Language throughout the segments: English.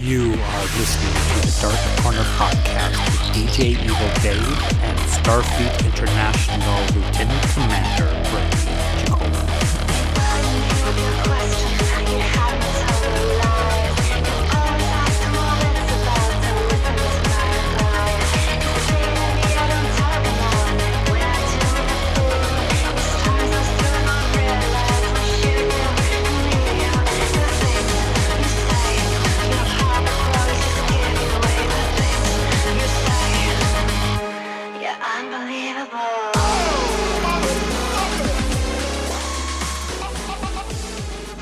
You are listening to the Dark Corner Podcast with DJ Evil Dave and Starfleet International Lieutenant Commander Brady Jacob.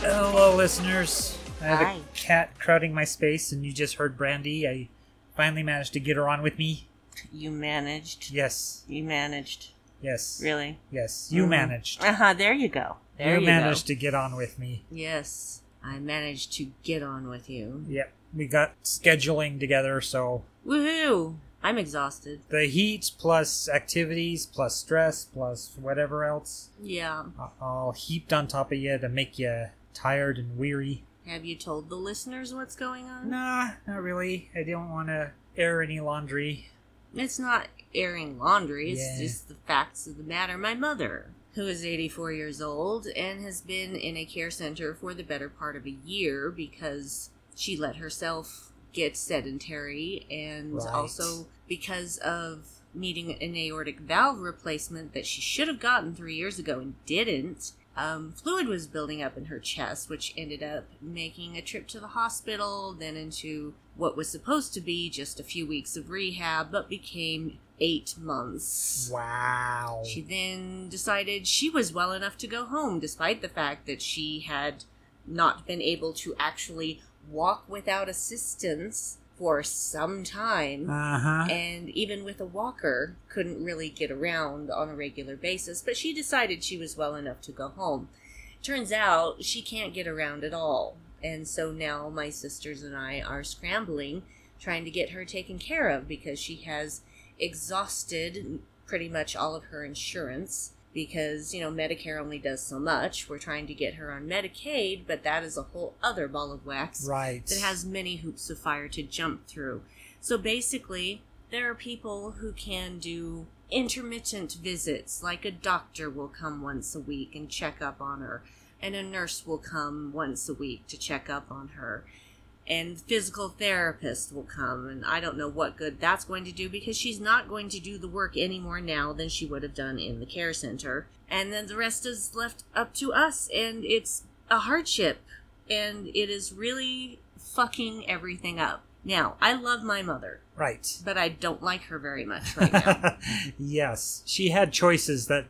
Hello, listeners. I have Hi. a cat crowding my space, and you just heard Brandy. I finally managed to get her on with me. You managed. Yes, You managed. yes, Really? yes. You Mhm. managed. Uh huh. There you go. There you, you managed go. to get on with me. Yes, I managed to get on with you. Yep, we got scheduling together, so Woohoo! I'm exhausted. the heat plus activities plus stress plus whatever else Yeah. uh, all heaped on top of you to make you tired and weary. Have you told the listeners what's going on? Nah, not really. I don't want to air any laundry. It's not airing laundry, it's Yeah. just the facts of the matter. My mother, who is 84 years old and has been in a care center for the better part of a year because she let herself get sedentary and Right. also because of needing an aortic valve replacement that she should have gotten three years ago and didn't. Um, fluid was building up in her chest, which ended up making a trip to the hospital, then into what was supposed to be just a few weeks of rehab, but became eight months. Wow. She then decided she was well enough to go home, despite the fact that she had not been able to actually walk without assistance for some time Uh huh. and even with a walker couldn't really get around on a regular basis but she decided she was well enough to go home turns out she can't get around at all and so now my sisters and i are scrambling trying to get her taken care of because she has exhausted pretty much all of her insurance because you know medicare only does so much we're trying to get her on medicaid but that is a whole other ball of wax Right. that has many hoops of fire to jump through. So basically, there are people who can do intermittent visits, like a doctor will come once a week and check up on her, and a nurse will come once a week to check up on her, and physical therapist will come. And I don't know what good that's going to do because she's not going to do the work any more now than she would have done in the care center. And then the rest is left up to us, and it's a hardship and it is really fucking everything up. Now, I love my mother, right. but I don't like her very much right now. yes. She had choices that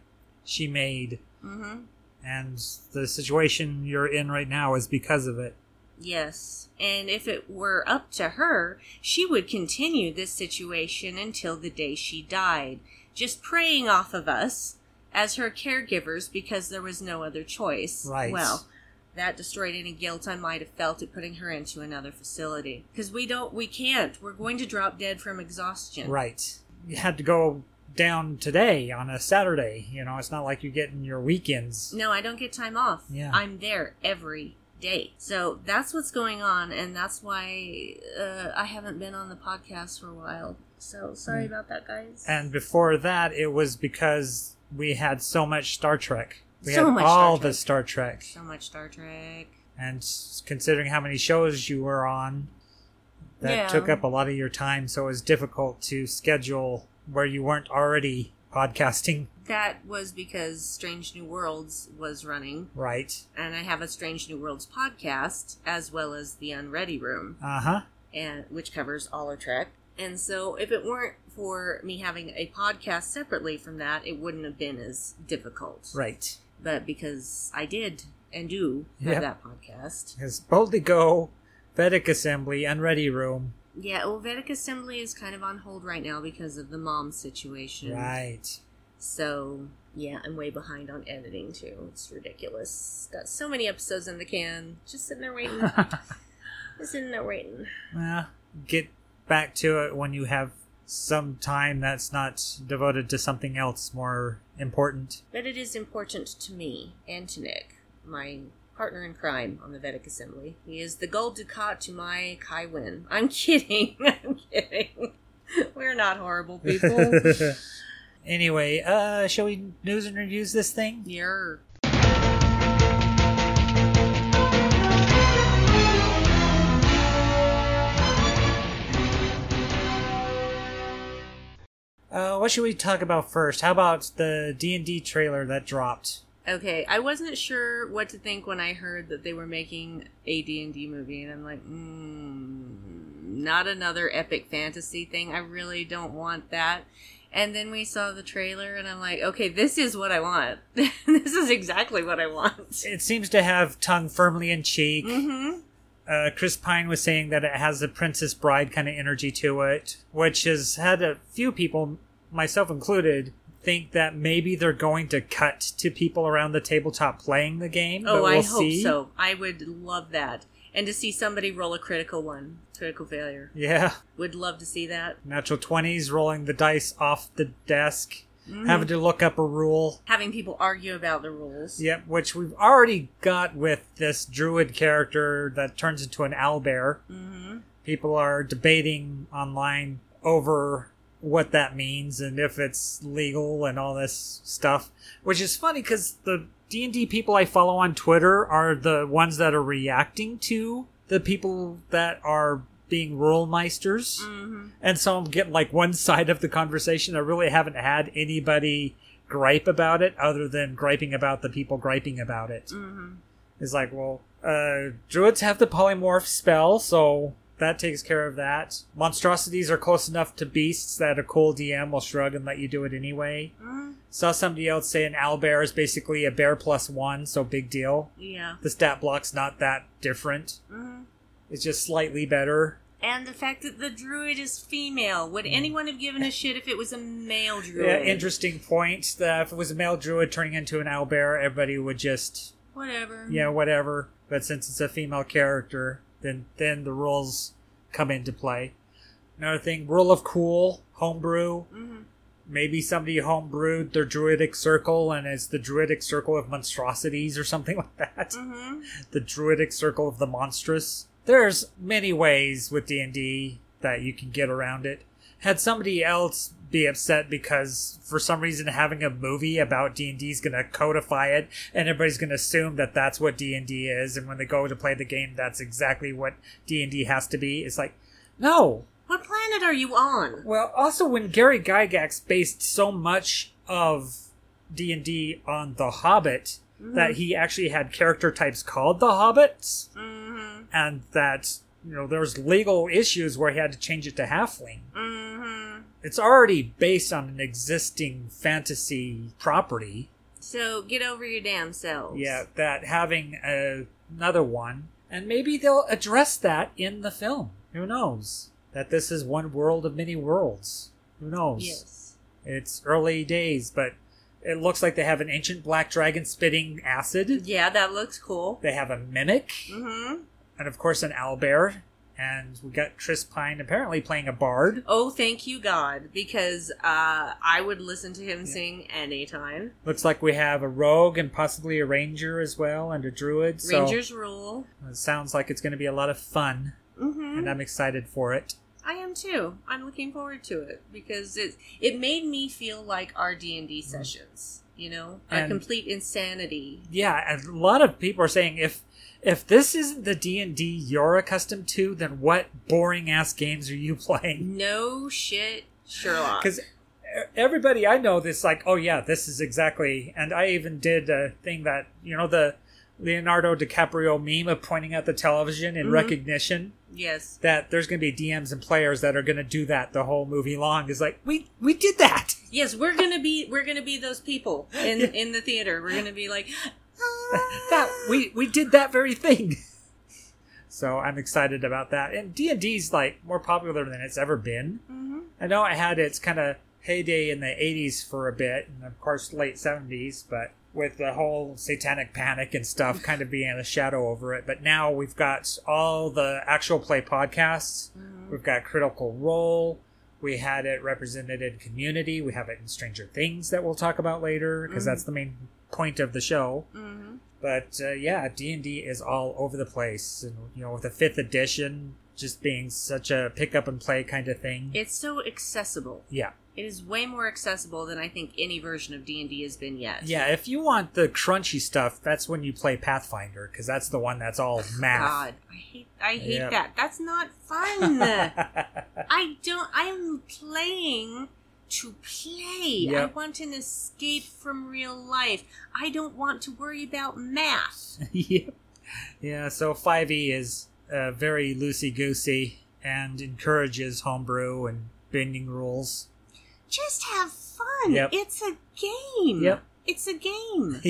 she made, mm-hmm. and the situation you're in right now is because of it. Yes. And if it were up to her, she would continue this situation until the day she died, just preying off of us as her caregivers because there was no other choice. Right. Well, that destroyed any guilt I might have felt at putting her into another facility. Because we don't, we can't. We're going to drop dead from exhaustion. Right. You had to go down today on a Saturday. You know, it's not like you're getting your weekends. No, I don't get time off. Yeah. I'm there every day. So that's what's going on, and that's why uh, I haven't been on the podcast for a while. So sorry Mm. about that, guys. And before that, it was because we had so much Star Trek. We So had much Star all Trek. the Star Trek. so much Star Trek. And s- considering how many shows you were on, that Yeah. took up a lot of your time. So it was difficult to schedule where you weren't already podcasting. That was because Strange New Worlds was running, Right. and I have a Strange New Worlds podcast as well as the Unready Room. Uh huh. and which covers all of Trek. And so, if it weren't for me having a podcast separately from that, it wouldn't have been as difficult. Right. But because I did and do Yep. have that podcast. Because Boldly Go, Vedic Assembly, and Ready Room. Yeah, well, Vedic Assembly is kind of on hold right now because of the mom situation. Right. So, yeah, I'm way behind on editing too. It's ridiculous. Got so many episodes in the can. Just sitting there waiting. Just sitting there waiting. Well, get back to it when you have some time that's not devoted to something else more important. But it is important to me and to Nick, my partner in crime on the Vedic Assembly. He is the gold ducat to my Kai Win. I'm kidding. I'm kidding. We're not horrible people. anyway, uh, shall we news and reviews this thing? You're Uh, what should we talk about first? How about the D and D trailer that dropped? Okay, I wasn't sure what to think when I heard that they were making a D&D movie and I'm like, mm, not another epic fantasy thing. I really don't want that. And then we saw the trailer and I'm like, okay, this is what I want. this is exactly what I want. It seems to have tongue firmly in cheek. Mhm. uh, Chris Pine was saying that it has a Princess Bride kind of energy to it, which has had a few people, myself included, think that maybe they're going to cut to people around the tabletop playing the game. Oh, but I we'll hope see. so. I would love that. And to see somebody roll a critical one, critical failure. Yeah, Would love to see that. natural twenties, rolling the dice off the desk, Mhm. having to look up a rule. Having people argue about the rules. Yep, which we've already got with this druid character that turns into an owlbear. Mhm. people are debating online over what that means and if it's legal and all this stuff which is funny because the d&d people i follow on twitter are the ones that are reacting to the people that are being rule meisters Mhm. and so i'm getting like one side of the conversation i really haven't had anybody gripe about it other than griping about the people griping about it Mhm. is like, well, uh, druids have the polymorph spell, so that takes care of that. Monstrosities are close enough to beasts that a cool DM will shrug and let you do it anyway. Mhm. Saw somebody else say an owlbear is basically a bear plus one, so big deal. Yeah. The stat block's not that different, Mhm. it's just slightly better. And the fact that the druid is female. Would anyone have given a shit if it was a male druid? Mm. Yeah, interesting point. That if it was a male druid turning into an owlbear, everybody would just Whatever. yeah, whatever. But since it's a female character, then then the rules come into play. Another thing, rule of cool, homebrew. hmm Maybe somebody homebrewed their druidic circle, and it's the druidic circle of monstrosities or something like that. hmm The druidic circle of the monstrous. There's many ways with D and D that you can get around it. Had somebody else be upset because for some reason having a movie about D and D is going to codify it, and everybody's going to assume that that's what D and D is, and when they go to play the game, that's exactly what D and D has to be. It's like, no, What planet are you on? well, also when Gary Gygax based so much of D and D on The Hobbit that he actually had character types called the Hobbits, hmm and that you know there was legal issues where he had to change it to halfling. hmm It's already based on an existing fantasy property. So get over your damn selves. Yeah, that having a, another one, and maybe they'll address that in the film. Who knows? That this is one world of many worlds. Who knows? Yes. It's early days, but it looks like they have an ancient black dragon spitting acid. Yeah, that looks cool. They have a mimic, hmm and of course an owlbear. And we got Tris Pine apparently playing a bard. Oh, thank you, God, because uh, I would listen to him sing anytime. Looks like we have a rogue and possibly a ranger as well, and a druid. So Rangers rule. it sounds like it's going to be a lot of fun, hmm and I'm excited for it. I am too. I'm looking forward to it because it it made me feel like our D and D sessions. You know, our Mm. And- complete insanity. yeah a lot of people are saying if if this isn't the d&d you're accustomed to then what boring ass games are you playing No shit, Sherlock. because e-, everybody i know that's like oh yeah this is exactly and i even did a thing that you know the leonardo dicaprio meme of pointing at the television in Mhm. recognition yes, that there's going to be dms and players that are going to do that the whole movie long is like we we did that yes, we're gonna be we're gonna be those people in in the theater. We're gonna be like, that we we did that very thing. So I'm excited about that. And D and D's like more popular than it's ever been. Mhm. I know it had its kind of heyday in the 80s for a bit, and of course late 70s, but with the whole satanic panic and stuff kind of being a shadow over it. But now we've got all the actual play podcasts. We've got Critical Role. We had it represented in Community. We have it in Stranger Things that we'll talk about later because Mhm. that's the main point of the show Mhm. But uh, yeah, D and D is all over the place, and you know, with the fifth edition just being such a pick up and play kind of thing. It's so accessible. yeah, It is way more accessible than I think any version of D and D has been yet. yeah. If you want the crunchy stuff, that's when you play Pathfinder because that's the one that's all math. God, I hate I hate Yep. that. That's not fun. I don't. I'm playing to play. I Yep. want an escape from real life. I don't want to worry about math. yep. Yeah, so 5e is uh, very loosey goosey and encourages homebrew and bending rules. Just have fun. Yep. It's a game. Yep. It's a game.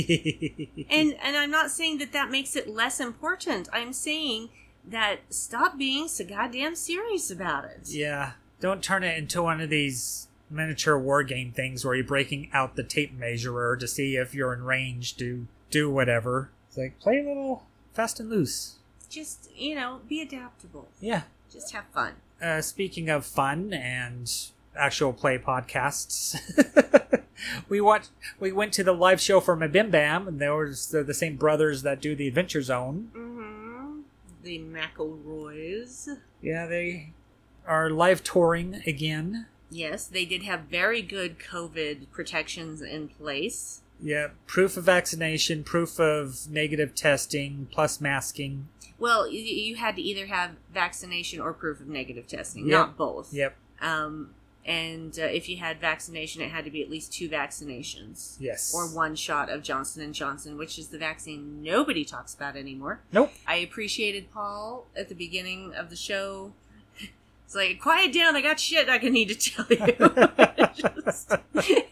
and and I'm not saying that that makes it less important. I'm saying that stop being so goddamn serious about it. yeah, don't turn it into one of these miniature war game things where you're breaking out the tape measurer to see if you're in range to do whatever. It's like play a little fast and loose. Just you know, be adaptable. Yeah. Just have fun. uh, speaking of fun and actual play podcasts, we watched, we went to the live show for Mabim Bam, and there was the, the same brothers that do the Adventure Zone. hmm The McElroys. Yeah, they are live touring again. Yes, they did have very good COVID protections in place. Yeah, proof of vaccination, proof of negative testing, plus masking. Well, you, you had to either have vaccination or proof of negative testing, Yep. not both. Yep. Um, and uh, if you had vaccination, it had to be at least two vaccinations Yes. or one shot of Johnson and Johnson, which is the vaccine nobody talks about anymore. Nope. I appreciated Paul at the beginning of the show. It's like, quiet down. I got shit I can need to tell you. Just- and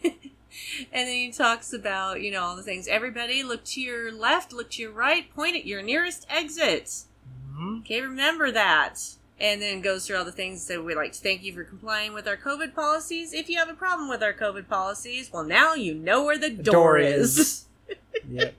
then he talks about, you know, all the things. Everybody, look to your left, look to your right, point at your nearest exit. Mhm. Okay, remember that. And then goes through all the things that we'd like to thank you for complying with our COVID policies. If you have a problem with our COVID policies, well, now you know where the door, door is. is. Yep.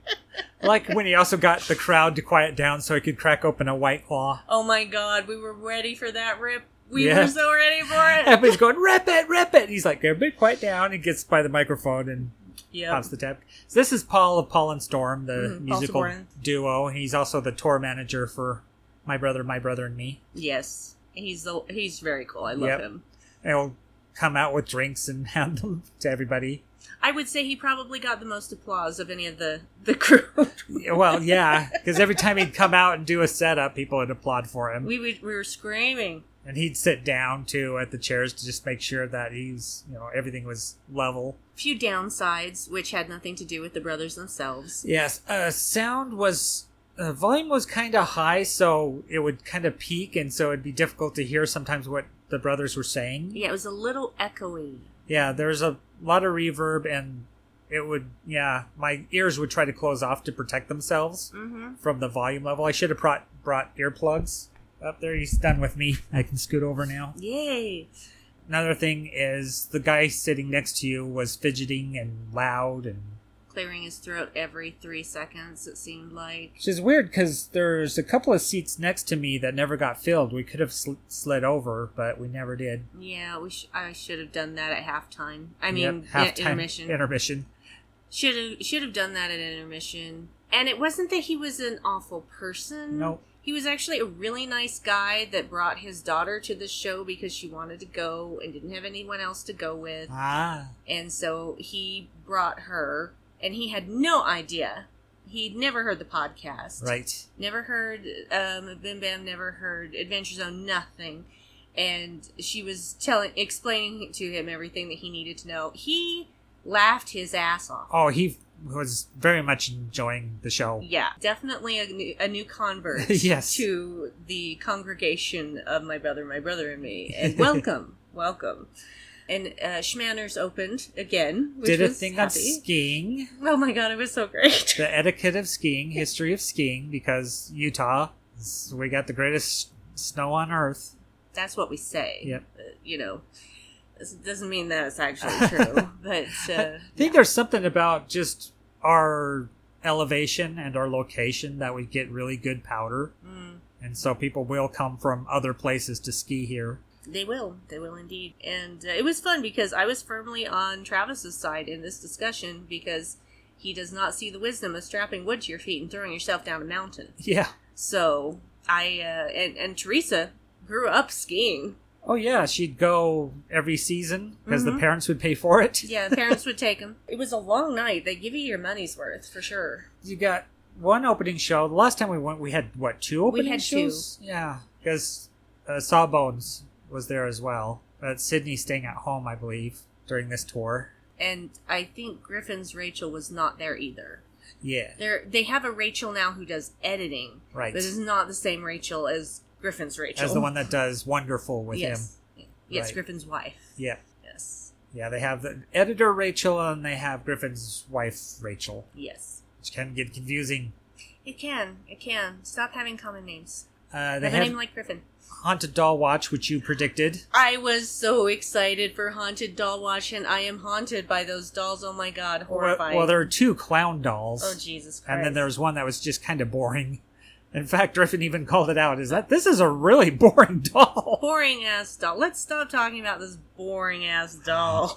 I like when he also got the crowd to quiet down so he could crack open a white claw. Oh my god, we were ready for that rip. We Yeah. were so ready for it. Everybody's going, rep it, rep it. He's like, everybody quiet down. He gets by the microphone and Yeah. pops the tab. So this is Paul of Paul and Storm, the Mhm, Paul musical Soren. duo. He's also the tour manager for My Brother, My Brother and Me. Yes. He's the, he's very cool. I love Yep. him. They'll come out with drinks and hand them to everybody. I would say he probably got the most applause of any of the the crew. Yeah, Well, yeah, because every time he'd come out and do a setup, people would applaud for him. we would, we were screaming. And he'd sit down too at the chairs to just make sure that he's, you know, everything was level. Few downsides, which had nothing to do with the brothers themselves. Yes, uh, sound was uh, volume was kind of high, so it would kind of peak, and so it'd be difficult to hear sometimes what the brothers were saying. Yeah, it was a little echoey. Yeah, there was a lot of reverb, and it would yeah, my ears would try to close off to protect themselves Mm-hmm. from the volume level. I should have brought brought earplugs. Up there, he's done with me. I can scoot over now. Yay! Another thing is the guy sitting next to you was fidgeting and loud and Clearing his throat every three seconds, it seemed like. Which is weird because there's a couple of seats next to me that never got filled. We could have sl- slid over, but we never did. Yeah, we sh- I should have done that at halftime. I mean, half at intermission. Intermission. Should have should have done that at intermission. And it wasn't that he was an awful person. No. He was actually a really nice guy that brought his daughter to the show because she wanted to go and didn't have anyone else to go with. Ah. And so he brought her and he had no idea. He'd never heard the podcast. Right. Never heard um, Bim Bam. Never heard Adventure Zone. Nothing. And she was telling, explaining to him everything that he needed to know. He laughed his ass off. Oh, he was very much enjoying the show. Yeah, definitely a new, a new convert Yes. to the congregation of my brother, my brother, and me. And welcome, welcome. And uh, Schmanners opened again, which Did a was thing on happy. skiing, Oh my god, it was so great. the etiquette of skiing, history of skiing, because Utah, s- we got the greatest s- snow on earth. That's what we say. Yep. Uh, you know, this doesn't mean that it's actually true, but uh, I think there's something about just our elevation and our location that we get really good powder. mm, and so people will come from other places to ski here. they will. They will indeed. And uh, it was fun because I was firmly on Travis's side in this discussion because. He does not see the wisdom of strapping wood to your feet and throwing yourself down a mountain. Yeah. So I uh, and and Teresa grew up skiing. Oh yeah, she'd go every season because the Mhm. parents would pay for it. Yeah, the parents would take him. It was a long night. They give you your money's worth for sure. You got one opening show. The last time we went, we had what two opening had two. shows? Yeah, because uh, Sawbones was there as well. But Sydney's staying at home, I believe, during this tour. And I think Griffin's Rachel was not there either. Yeah, They they have a Rachel now who does editing, right. but is not the same Rachel as Griffin's Rachel. As the one that does wonderful with him. yes. Yes, Right. Griffin's wife. Yeah, Yes. yeah. They have the editor Rachel and they have Griffin's wife Rachel, Yes. which can get confusing. It can. It can. Stop having common names. Uh, they Have a had name like Griffin. Haunted Doll Watch, which you predicted. I was so excited for Haunted Doll Watch, and I am haunted by those dolls. Oh my god, Well, horrifying. well, there are two clown dolls. oh Jesus Christ. and then there was one that was just kind of boring. In fact, Griffin even called it out. Is that this is a really boring doll? boring ass doll. Let's stop talking about this boring ass doll.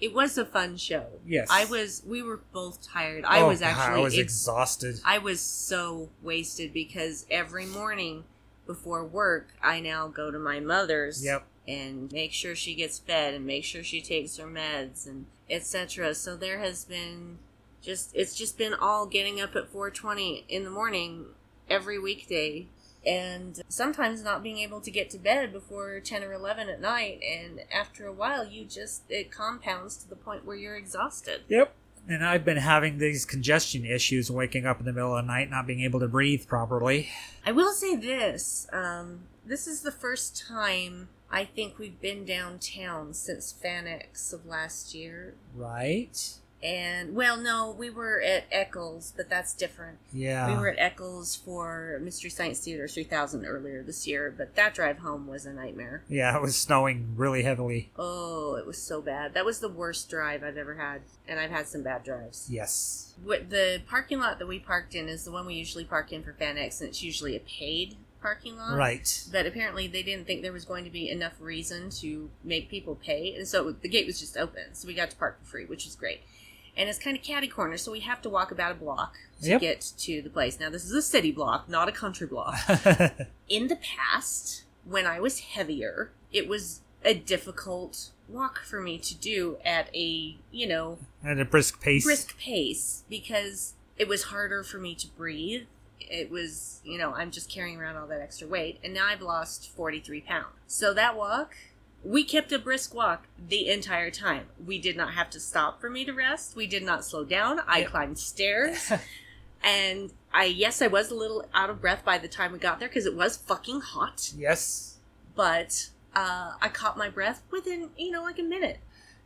it was a fun show. Yes. I was. We were both tired. I Oh, was God, actually. I was ex- exhausted. I was so wasted because every morning before work, I now go to my mother's. Yep. and make sure she gets fed and make sure she takes her meds and etc. So there has been just it's just been all getting up at 4:20 in the morning every weekday and sometimes not being able to get to bed before 10 or 11 at night and after a while you just it compounds to the point where you're exhausted. Yep. And I've been having these congestion issues, waking up in the middle of the night, not being able to breathe properly. I will say this. Um, this is the first time I think we've been downtown since Fanex of last year. Right? And well, no, we were at Eccles, but that's different. Yeah. we were at Eccles for Mystery Science Theater 3000 earlier this year, but that drive home was a nightmare. yeah, it was snowing really heavily. Oh, it was so bad. That was the worst drive I've ever had, and I've had some bad drives. Yes. What the parking lot that we parked in is the one we usually park in for FanX, and it's usually a paid parking lot. Right. But apparently, they didn't think there was going to be enough reason to make people pay, and so the gate was just open, so we got to park for free, which is great. And it's kind of catty corner, so we have to walk about a block to Yep. get to the place. Now, this is a city block, not a country block. In the past, when I was heavier, it was a difficult walk for me to do at a you know At a brisk pace. brisk pace because it was harder for me to breathe. It was, you know, I'm just carrying around all that extra weight, and now I've lost 43 pounds. So that walk, we kept a brisk walk the entire time. We did not have to stop for me to rest. We did not slow down. I Yep. climbed stairs. and I, yes, I was a little out of breath by the time we got there because it was fucking hot, Yes. but uh, I caught my breath within, you know, like a minute.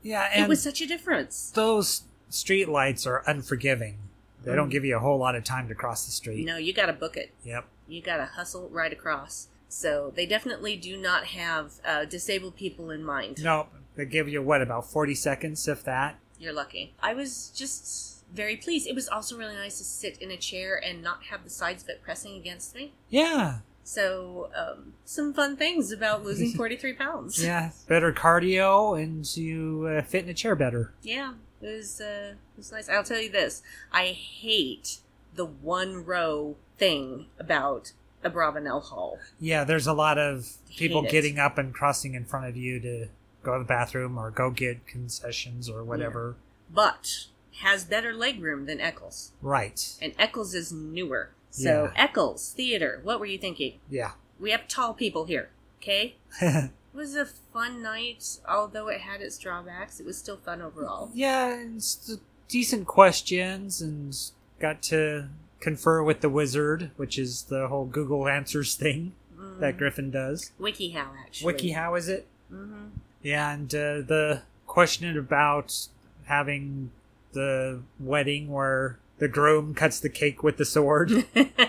Yeah, and it was such a difference. those street lights are unforgiving. They don't Mm. give you a whole lot of time to cross the street. No, you got to book it. Yep. you gotta hustle right across. So they definitely do not have uh, disabled people in mind. No, they give you what about forty seconds, if that. You're lucky. I was just very pleased. It was also really nice to sit in a chair and not have the sides of it pressing against me. Yeah, So um, some fun things about losing 43 pounds. yeah. Better cardio, and you uh, fit in a chair better. Yeah, it was uh, it was nice. I'll tell you this: I hate the one row thing about a Bravenel Hall. Yeah, there's a lot of people Hate it. getting up and crossing in front of you to go to the bathroom or go get concessions or whatever. but has better legroom than Eccles. Right. and Eccles is newer. So Eccles Theater, what were you thinking? Yeah. We have tall people here, okay? It was a fun night, although it had its drawbacks. It was still fun overall. yeah, and s- decent questions, and got to confer with the wizard, which is the whole Google Answers thing Mm. that Griffin does. WikiHow actually. Wiki, how is it? hmm Yeah, and uh, the question about having the wedding where the groom cuts the cake with the sword.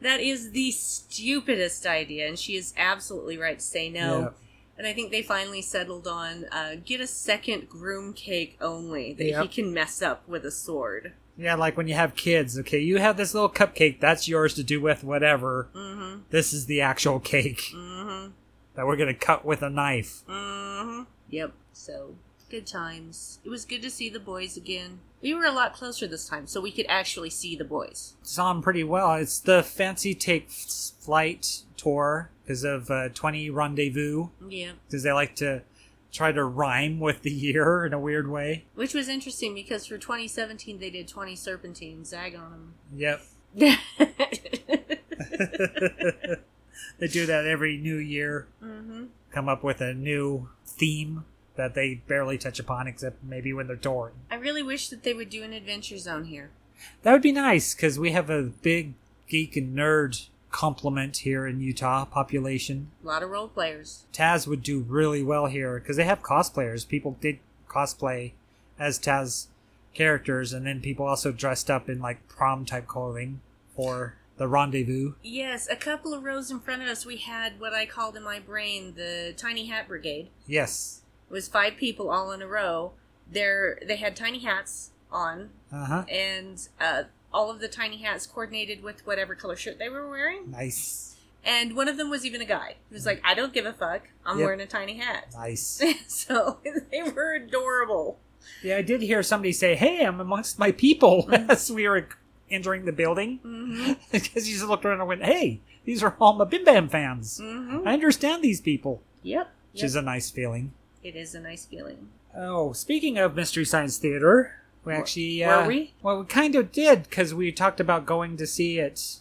that is the stupidest idea, and she is absolutely right to say no. Yeah. And I think they finally settled on uh, get a second groom cake only that he Yep. can mess up with a sword. Yeah, like when you have kids, okay, you have this little cupcake, that's yours to do with whatever. Mm-hmm. This is the actual cake Mm-hmm. that we're going to cut with a knife. Mm-hmm. Yep. So Good times. It was good to see the boys again. We were a lot closer this time, so we could actually see the boys. saw him pretty well. It's the Fancy Takes Flight tour because of uh, 20 Rendezvous, Yeah. because they like to try to rhyme with the year in a weird way. Which was interesting because for 2017 they did 20 serpentine zag on Yep. them. they do that every new year, hmm come up with a new theme that they barely touch upon, except maybe when they're touring. I really wish that they would do an adventure zone here. That would be nice because we have a big geek and nerd complement here in Utah population. A lot of role players. Taz would do really well here because they have cosplayers. People did cosplay as Taz characters, and then people also dressed up in like prom type clothing for the rendezvous. Yes, a couple of rows in front of us, we had what I called in my brain the Tiny Hat Brigade. Yes. It was five people all in a row. They're, they had tiny hats on, Uh huh. and uh, all of the tiny hats coordinated with whatever color shirt they were wearing. Nice. And one of them was even a guy. He was like, I don't give a fuck. I'm Yep. wearing a tiny hat. Nice. so they were adorable. yeah, I did hear somebody say, "Hey, I'm amongst my people" Mm. as we were entering the building Mm-hmm. because he just looked around and went, "Hey, these are all my Bim Bam fans. Mm-hmm. I understand these people," Yep. which is a nice feeling. It is a nice feeling. Oh, speaking of Mystery Science Theater, we Were- actually were uh, we? Well, we kind of did because we talked about going to see it.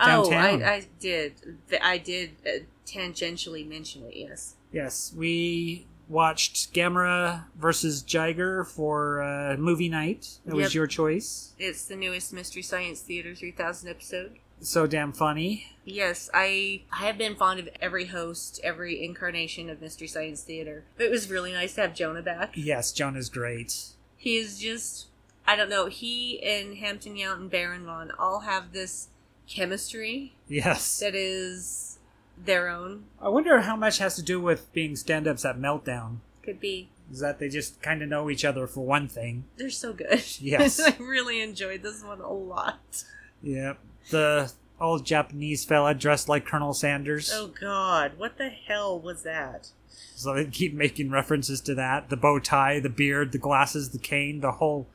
Oh, Downtown. I, I did. I did uh, tangentially mention it. Yes. Yes, we watched Gamera versus Jiger for uh, movie night. That Yep. was your choice. It's the newest Mystery Science Theater 3000 episode. So damn funny. Yes, I I have been fond of every host, every incarnation of Mystery Science Theater. It was really nice to have Jonah back. Yes, Joan is great. He is just I don't know, he and Hampton Yount and Baron Vaughn all have this chemistry Yes. that is their own. I wonder how much has to do with being stand ups at Meltdown. Could be. Is that they just kind of know each other for one thing. They're so good. Yes. I really enjoyed this one a lot. Yep. The old Japanese fella dressed like Colonel Sanders. Oh god, what the hell was that? So they keep making references to that the bow tie, the beard, the glasses, the cane, the whole.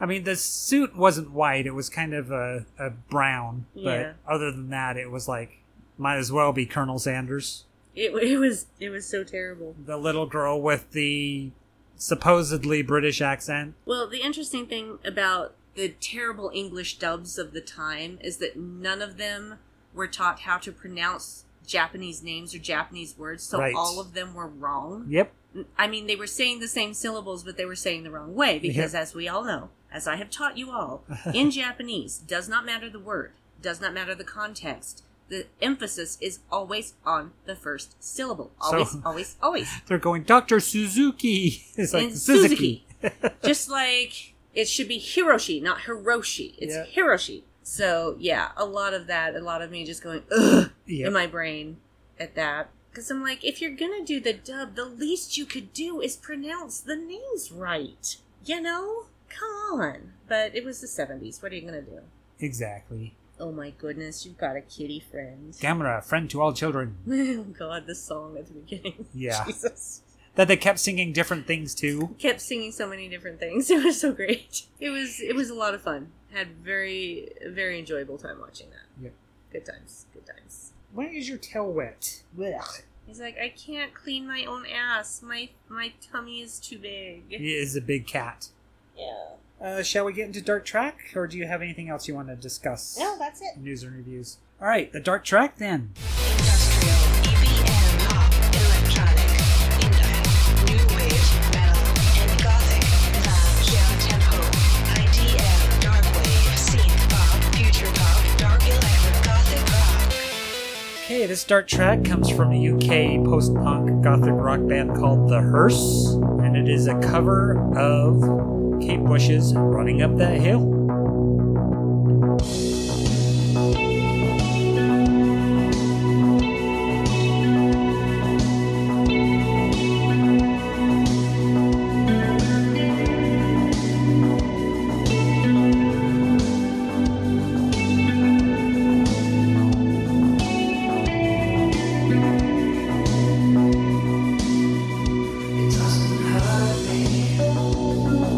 I mean, the suit wasn't white, it was kind of a, a brown. Yeah. But other than that, it was like, might as well be Colonel Sanders. It, it was it was so terrible. The little girl with the supposedly British accent. Well, the interesting thing about the terrible English dubs of the time is that none of them were taught how to pronounce Japanese names or Japanese words, so Right. all of them were wrong. Yep. I mean, they were saying the same syllables, but they were saying the wrong way because, as we all know, as I have taught you all, in Japanese, does not matter the word, does not matter the context. The emphasis is always on the first syllable. So- Always, always, always. They're going, Dr. Suzuki! It's like, And Suzuki. Just like it should be Hiroshi, not Hiroshi. It's Yeah. Hiroshi. So yeah, a lot of that, a lot of me just going ugh Yeah. in my brain at that because I'm like, if you're gonna do the dub, the least you could do is pronounce the names right. You know, come on. But it was the '70s. What are you gonna do? Exactly. Oh my goodness, you've got a kitty friend. Gamera, friend to all children. Oh God, the song at the beginning. Yeah. Jesus. That they kept singing different things too. kept singing so many different things. It was so great. It was it was a lot of fun. Had very very enjoyable time watching that. Yep. Good times. Good times. Why is your tail wet? Blech. He's like, I can't clean my own ass. My my tummy is too It big. is a big cat. Yeah. Uh, shall we get into Dark Track, or do you have anything else you want to discuss? that's it. News and reviews. All right, the Dark Track then. Industrial, EBM, pop, electronic, indie, new wave, metal, and gothic. Lounge, downtempo, IDM, dark wave, synth pop, future pop, dark electric, gothic rock. Okay, this Dark Track comes from a UK post punk gothic rock band called The Hearse, and it is a cover of Kate Bush's Running Up That Hill. It doesn't hurt me.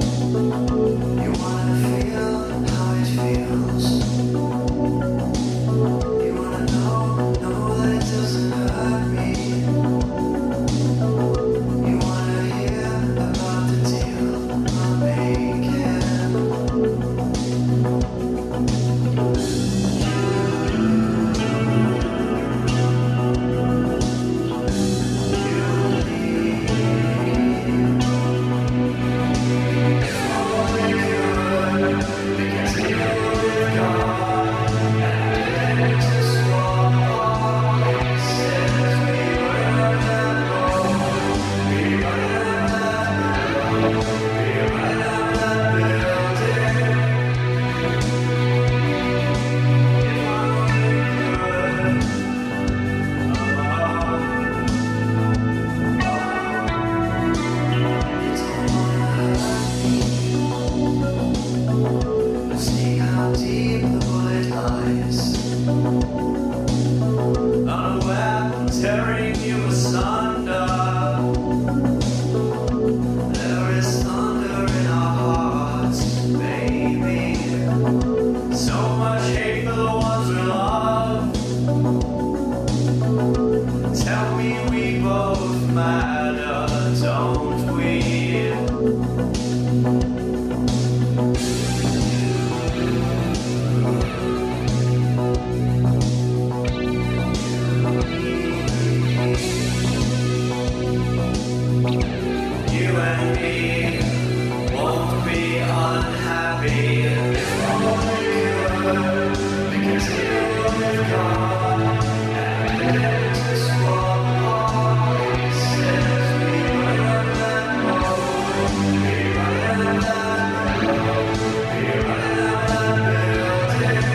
tearing you asunder. There is thunder in our hearts, baby. So much hate for the ones we love. Tell me we both matter, don't we? You and me won't be unhappy if only you were, because you would have gone and left us for places we would have not known. We would have not known. We would have not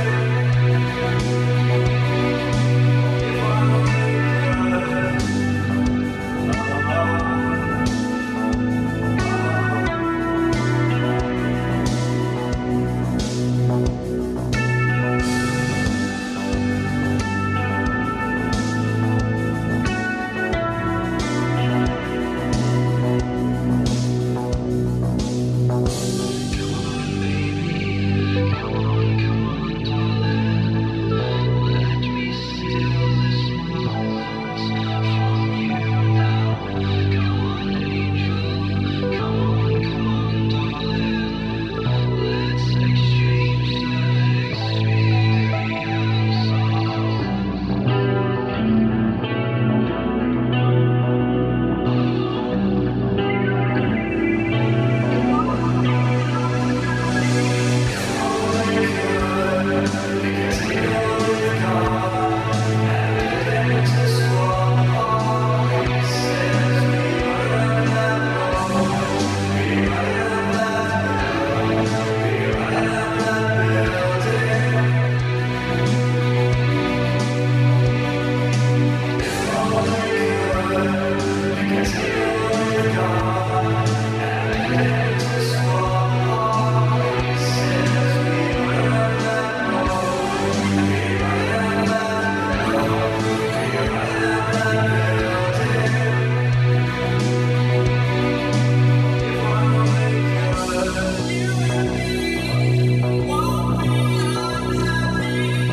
built it. If only you were.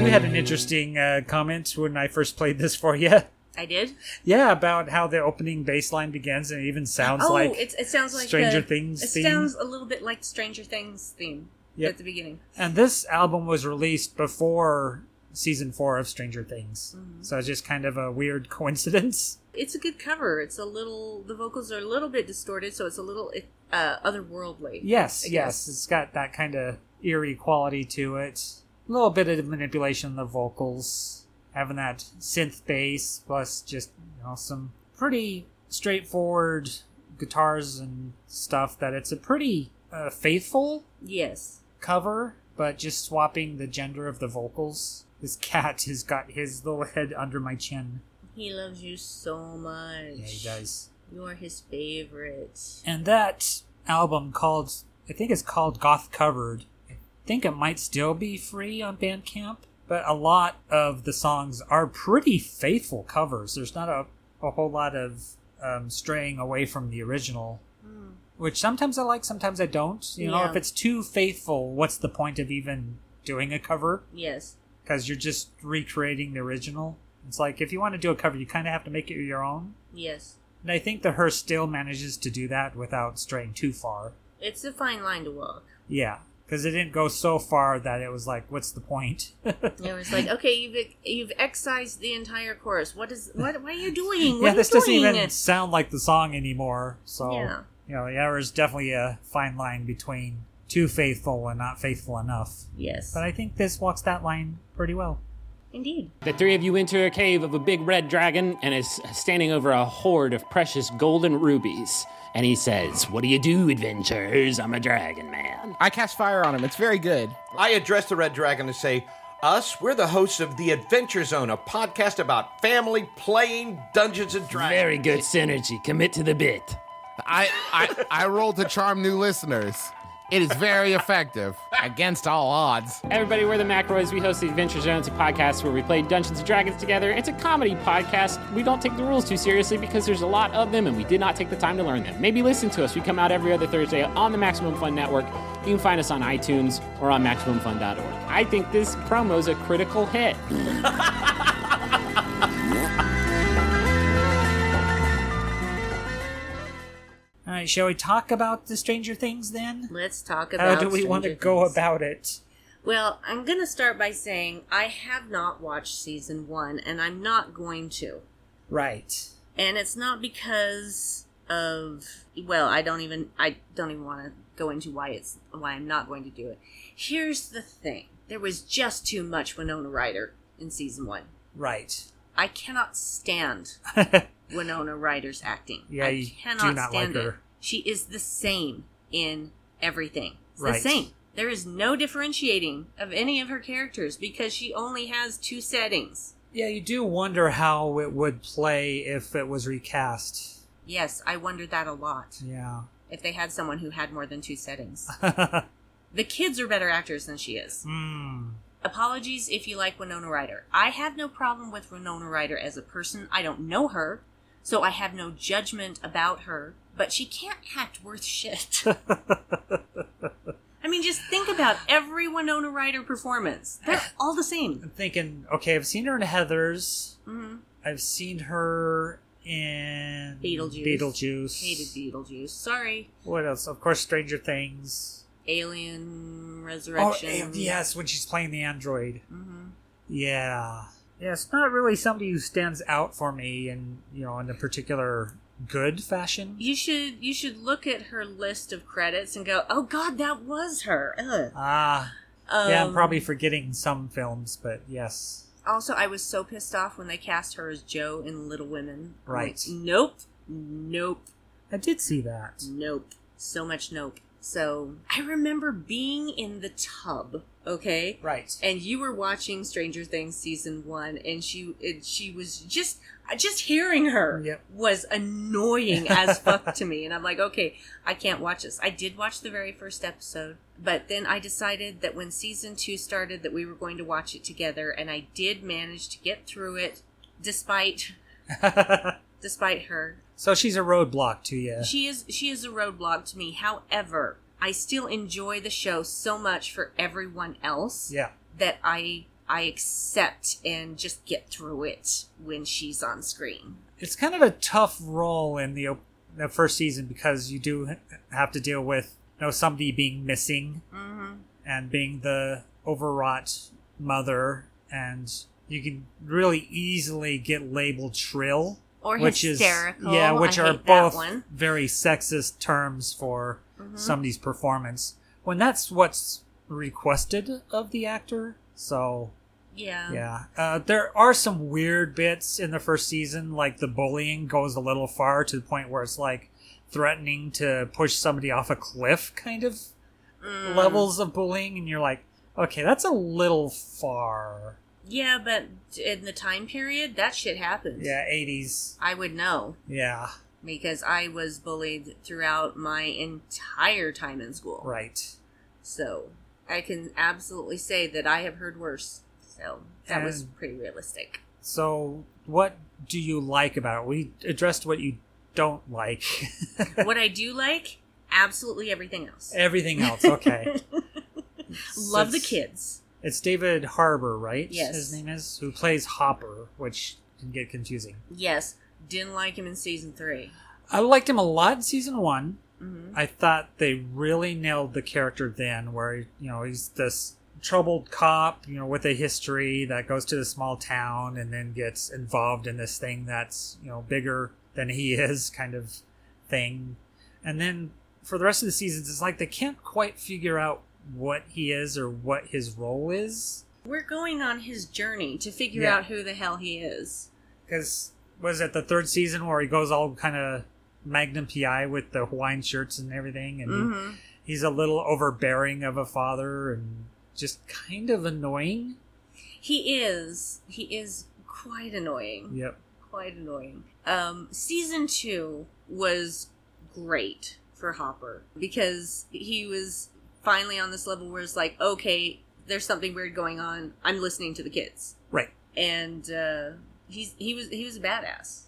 We had an interesting uh, comment when I first played this for you. I did. Yeah, about how the opening bass line begins and it even sounds oh, like it's, it sounds like Stranger the, Things It theme. sounds a little bit like Stranger Things theme Yep. at the beginning. And this album was released before season four of Stranger Things. Mm-hmm. So it's just kind of a weird coincidence. It's a good cover. It's a little. The vocals are a little bit distorted, so it's a little uh, otherworldly. Yes, I yes. guess. It's got that kind of eerie quality to it. A little bit of manipulation in the vocals, having that synth bass, plus just you know, some pretty straightforward guitars and stuff. That it's a pretty uh, faithful Yes. cover, but just swapping the gender of the vocals. This cat has got his little head under my chin. He loves you so much. Yeah, he does. You are his favorite. And that album called, I think it's called Goth Covered. I think it might still be free on Bandcamp, but a lot of the songs are pretty faithful covers. There's not a, a whole lot of um, straying away from the original, Mm. which sometimes I like, sometimes I don't. You know, Yeah. if it's too faithful, what's the point of even doing a cover? Yes. Because you're just recreating the original. It's like if you want to do a cover, you kind of have to make it your own. Yes. And I think the Hearse still manages to do that without straying too far. It's a fine line to walk. Yeah, because it didn't go so far that it was like, what's the point? It was like, okay, you've you've excised the entire chorus. What is what? What are you doing? What yeah, are this you doesn't doing? even sound like the song anymore. So, Yeah. you know, yeah, there's definitely a fine line between too faithful and not faithful enough. Yes, But I think this walks that line pretty well. indeed. The three of you enter a cave of a big red dragon and is standing over a hoard of precious golden rubies. And he says, What do you do, adventurers? I'm a dragon man. I cast fire on him. It's very good. I address the Red Dragon to say, Us, we're the hosts of The Adventure Zone, a podcast about family playing Dungeons and Dragons. Very good synergy. Commit to the bit. I I, I rolled to charm new listeners. It is very effective against all odds. Everybody, we're the McRoys. We host the Adventure Zone. It's a podcast where we play Dungeons and Dragons together. It's a comedy podcast. We don't take the rules too seriously because there's a lot of them and we did not take the time to learn them. Maybe listen to us. We come out every other Thursday on the Maximum Fun Network. You can find us on iTunes or on MaximumFun.org. I think this promo's a critical hit. All right, shall we talk about the Stranger Things then? Let's talk How about. do we want to Stranger go Things. about it? Well, I'm going to start by saying I have not watched season one, and I'm not going to. Right. And it's not because of well, I don't even I don't even want to go into why it's why I'm not going to do it. Here's the thing: there was just too much Winona Ryder in season one. Right. I cannot stand Winona Ryder's acting. Yeah, I you do cannot not like stand it. her. She is the same in everything. It's Right. the same. There is no differentiating of any of her characters because she only has two settings. yeah, you do wonder how it would play if it was recast. Yes, I wondered that a lot. Yeah. If they had someone who had more than two settings. Hmm. the kids are better actors than she is. Apologies if you like Winona Ryder. I have no problem with Winona Ryder as a person. I don't know her, so I have no judgment about her, but she can't act worth shit. I mean, just think about every Winona Ryder performance. They're all the same. I'm thinking, okay, I've seen her in Heather's. hmm I've seen her in Beetlejuice. Beetlejuice. Hated Beetlejuice. Sorry. What else? Of course, Stranger Things. Alien Oh, Resurrection. and yes, when she's playing the android. hmm Yeah. Yeah, it's not really somebody who stands out for me in, you know, in a particular good fashion. You should you should look at her list of credits and go, oh god, that was her. Ugh. Ah, Um, yeah, I'm probably forgetting some films, but yes. Also, I was so pissed off when they cast her as Joe in Little Women. I'm like, Right. nope. Nope. I did see that. Nope. So much nope. So I remember being in the tub. Okay. Right. And you were watching Stranger Things season one, and she and she was just just hearing her Yep. was annoying as fuck to me, and I'm like, okay, I can't watch this. I did watch the very first episode, but then I decided that when season two started, that we were going to watch it together, and I did manage to get through it, despite despite her so she's a roadblock to you. she is she is a roadblock to me. However, I still enjoy the show so much for everyone else yeah. that I I accept and just get through it when she's on screen. It's kind of a tough role in the, op- the first season because you do ha- have to deal with, you know, somebody being missing Mm-hmm. and being the overwrought mother and you can really easily get labeled shrill Or which hysterical. is yeah which I are hate that both one. very sexist terms for Mhm. somebody's performance when that's what's requested of the actor so Yeah. yeah uh, there are some weird bits in the first season like the bullying goes a little far to the point where it's like threatening to push somebody off a cliff kind of Mm. levels of bullying and you're like okay that's a little far Yeah, but in the time period that shit happened. yeah 80s I would know yeah because I was bullied throughout my entire time in school. right So I can absolutely say that I have heard worse. So that was And- pretty realistic. so what do you like about it we addressed what you don't like what I do like, absolutely everything else. everything else okay Love the It's- kids. it's david harbour right Yes. his name is who plays hopper which can get confusing Yes, didn't like him in season 3 i liked him a lot in season one Mm-hmm. I thought they really nailed the character then, where you know he's this troubled cop, you know, with a history that goes to the small town and then gets involved in this thing that's you know bigger than he is, kind of thing. And then for the rest of the seasons, it's like they can't quite figure out what he is or what his role is. We're going on his journey to figure Yeah. out who the hell he is. Because was it the third season where he goes all kind of Magnum PI with the Hawaiian shirts and everything, and hmm he's a little overbearing of a father and just kind of annoying. He is. He is quite annoying. Yep. Quite annoying. Um, season two was great for Hopper because he was finally on this level where it's like, okay, there's something weird going on. I'm listening to the kids, Right. and uh, he's he was he was a badass,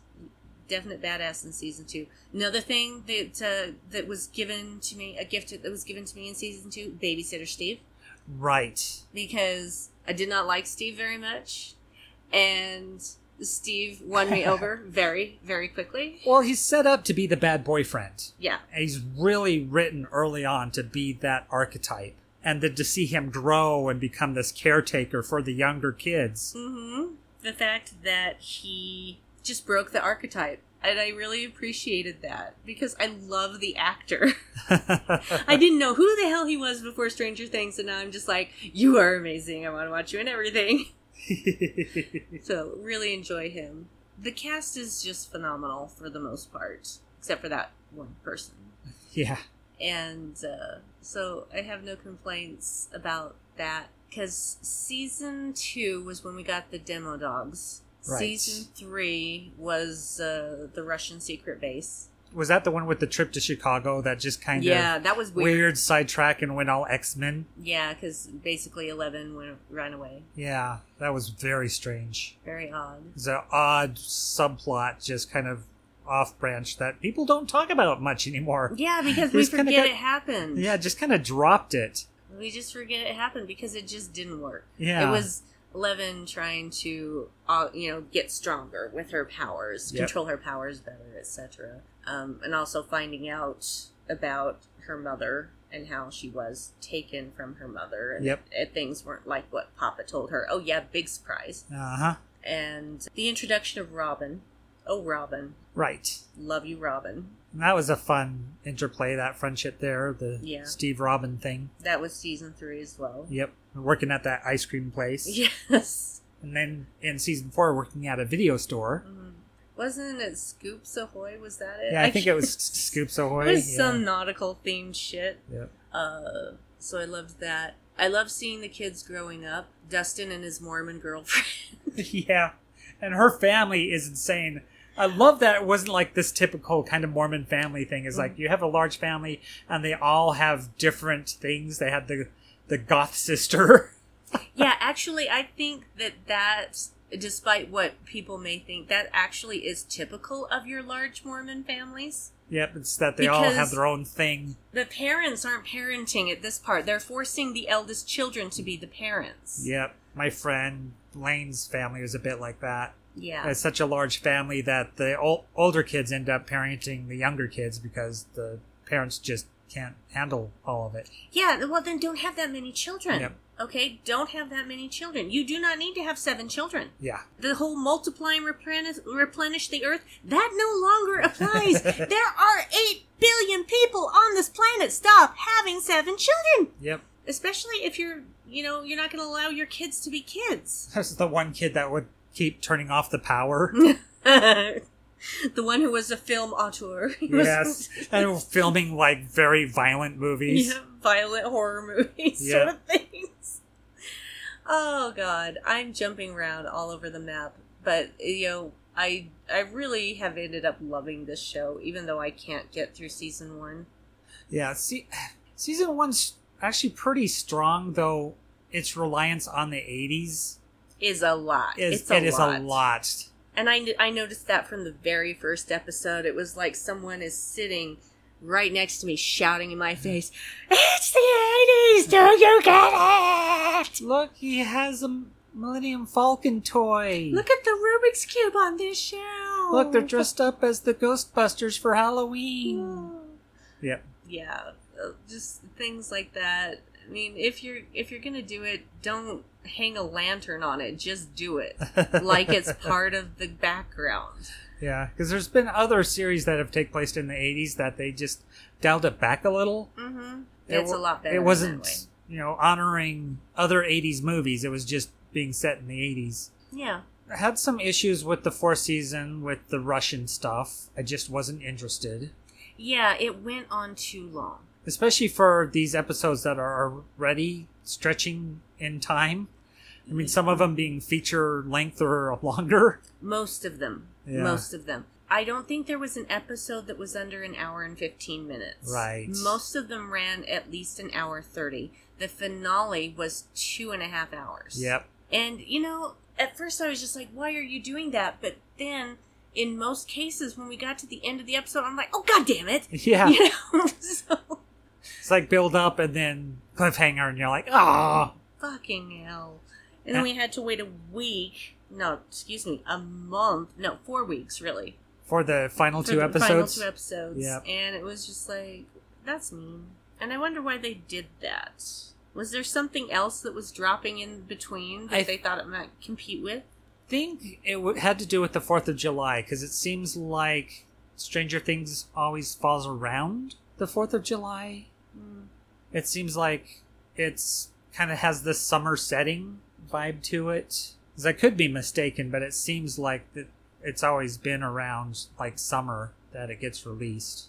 definite badass in season two. Another thing that uh, that was given to me, a gift that was given to me in season two, babysitter Steve Right. because I did not like Steve very much, and Steve won me over very, very quickly. Well, he's set up to be the bad boyfriend. Yeah, And He's really written early on to be that archetype. And then to see him grow and become this caretaker for the younger kids. hmm the fact that he just broke the archetype, and I really appreciated that because I love the actor. I didn't know who the hell he was before Stranger Things, and now I'm just like, you are amazing. I want to watch you in everything. so really enjoy him. The cast is just phenomenal for the most part, except for that one person. yeah. and uh, so I have no complaints about that because season two was when we got the demo dogs. Right. Season three was uh, the Russian secret base. Was that the one with the trip to Chicago that just kind yeah, of that was weird, weird. sidetrack and went all X Men? Yeah, because basically Eleven went ran away. Yeah, that was very strange. Very odd. It's an odd subplot, just kind of off branch that people don't talk about much anymore. Yeah, because We we just kinda forget got- it happened. Yeah, just kind of dropped it. we just forget it happened because it just didn't work. Yeah. it was Eleven trying to, uh, you know, get stronger with her powers, Yep. control her powers better, etc. Um, and also finding out about her mother and how she was taken from her mother, and Yep. that things weren't like what Papa told her. Oh yeah, big surprise. Uh huh. And the introduction of Robin. Oh Robin, Right. love you, Robin. And that was a fun interplay, that friendship there, the Yeah. Steve Robin thing. That was season three as well. Yep. Working at that ice cream place. Yes. And then in season four, working at a video store. Mhm. Wasn't it Scoops Ahoy? Was that it? Yeah, I think it can't- was Scoops Ahoy. It was yeah. some nautical themed shit. Yep. Uh, so I loved that. I love seeing the kids growing up. Dustin and his Mormon girlfriend. yeah. And her family is insane. I love that it wasn't like this typical kind of Mormon family thing. It's like you have a large family and they all have different things. They had the the goth sister. yeah, actually, I think that that, despite what people may think, that actually is typical of your large Mormon families. yep, it's that they all have Because- their own thing. The parents aren't parenting at this part. They're forcing the eldest children to be the parents. Yep. My friend Lane's family was a bit like that. Yeah. It's such a large family that the ol- older kids end up parenting the younger kids because the parents just can't handle all of it. Yeah, well, then don't have that many children. Yep. Okay, don't have that many children. You do not need to have seven children. Yeah. The whole multiply and replenish, replenish the earth, that no longer applies. there are 8 billion people on this planet. Stop having seven children. Yep. Especially if you're, you know, you're not going to allow your kids to be kids. That's the one kid that would keep turning off the power. the one who was a film auteur. He was- yes. and filming like very violent movies. Yeah, violent horror movies sort Yeah. of things. Oh god, I'm jumping around all over the map, but you know, I I really have ended up loving this show, even though I can't get through season one. Yeah, see, season one's actually pretty strong, though its reliance on the 80s Is a lot. is it's a it is lot. a lot. And I I noticed that from the very first episode. It was like someone is sitting right next to me, shouting in my face, "It's the '80s! Do you get it? Look, he has a Millennium Falcon toy. Look at the Rubik's cube on this show! Look, they're dressed up as the Ghostbusters for Halloween. Oh. Yep. yeah uh, just things like that i mean if you're if you're gonna do it don't hang a lantern on it just do it like it's part of the background Yeah, because there's been other series that have take place in the 80s that they just dialed it back a little. mm-hmm. It it's a wa- lot better It in that wasn't, you know, honoring other 80s movies. It was just being set in the 80s. way. yeah I had some issues with the fourth season with the Russian stuff. I just wasn't interested, yeah it went on too long especially for these episodes that are already stretching in Mm-hmm. time. I mean, some of them being feature length or longer. most of them Yeah. most of them. I don't think there was an episode that was under an hour and 15 minutes. Right. Most of them ran at least an hour 30. The finale was two and a half hours. Yep. And, you know, at first I was just like, why are you doing that? But then, in most cases, when we got to the end of the episode, I'm like, oh, god damn it. Yeah. You know? so, It's like build up and then cliffhanger, and you're like, ah. fucking hell. And then we had to wait a week. No, excuse me, a month. No, four weeks, really. For the final for two the episodes. Final two episodes. Yep. And it was just like, that's mean. And I wonder why they did that. Was there something else that was dropping in between that I- they thought it might compete with? think it w- had to do with the 4th of July, because it seems like Stranger Things always falls around the 4th of July. Hmm. It seems like it's kind of has this summer setting vibe to it. 'Cause I could be mistaken, but it seems like that it's always been around like summer that it gets released.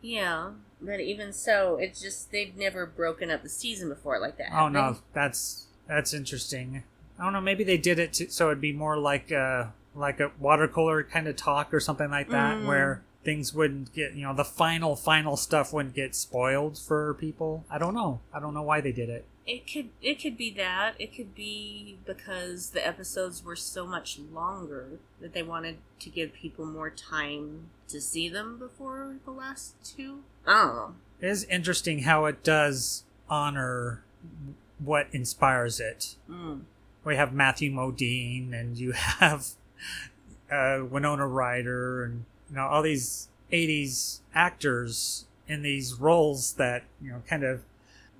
Yeah. But even so, it's just they've never broken up the season before like that. Oh have they? no, that's that's interesting. I don't know. Maybe they did it to, so it'd be more like a like a water cooler kind of talk or something like that, Mm. where things wouldn't get you know the final final stuff wouldn't get spoiled for people. I don't know. I don't know why they did it. It could it could be that. It could be because the episodes were so much longer that they wanted to give people more time to see them before the last two. I don't know. It is interesting how it does honor what inspires it. Mm. We have Matthew Modine, and you have uh, Winona Ryder, and you know all these '80s actors in these roles that you know kind of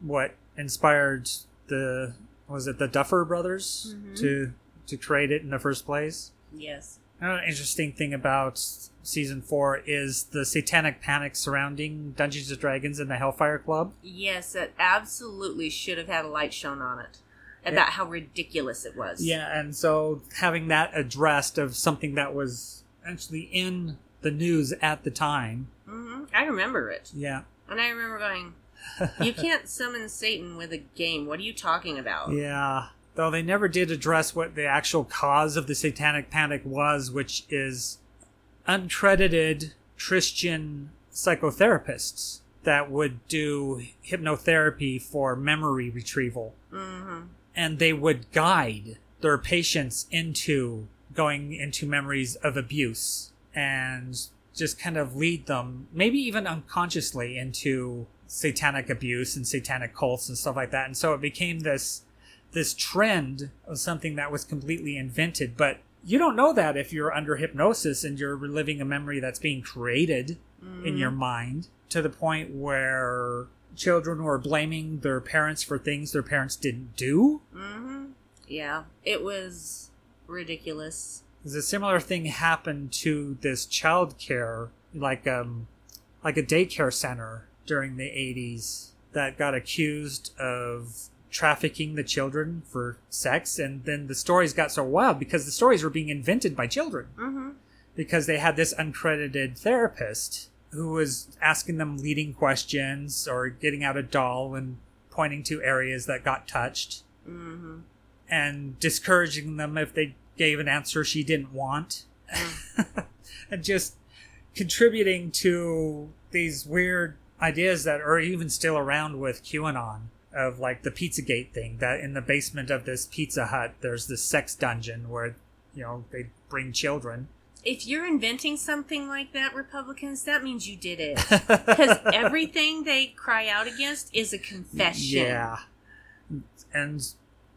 what inspired the was it the Duffer Brothers Mhm. to to create it in the first place. Yes. Another interesting thing about season four is the satanic panic surrounding Dungeons and Dragons and the Hellfire Club. Yes, it absolutely should have had a light shown on it about how ridiculous it was. Yeah, and so having that addressed of something that was actually in the news at the time. hmm I remember it. Yeah. And I remember going, You can't summon Satan with a game. What are you talking about? Yeah. Though they never did address what the actual cause of the satanic panic was, which is uncredited Christian psychotherapists that would do hypnotherapy for memory retrieval. hmm and they would guide their patients into going into memories of abuse and just kind of lead them, maybe even unconsciously, into satanic abuse and satanic cults and stuff like that. And so it became this this trend of something that was completely invented, but you don't know that if you're under hypnosis and you're reliving a memory that's being created in your mind to the point where children were blaming their parents for things their parents didn't do. hmm Yeah. It was ridiculous. There's a similar thing happened to this child care, like um, like a daycare center during the 80s that got accused of trafficking the children for sex, and then the stories got so wild because the stories were being invented by children. hmm because they had this uncredited therapist who was asking them leading questions or getting out a doll and pointing to areas that got touched hmm and discouraging them if they gave an answer she didn't want and just contributing to these weird ideas that are even still around with QAnon of like the Pizzagate thing that in the basement of this Pizza Hut there's this sex dungeon where you know they bring children If you're inventing something like that, Republicans, that means you did it. Because everything they cry out against is a confession. Yeah. And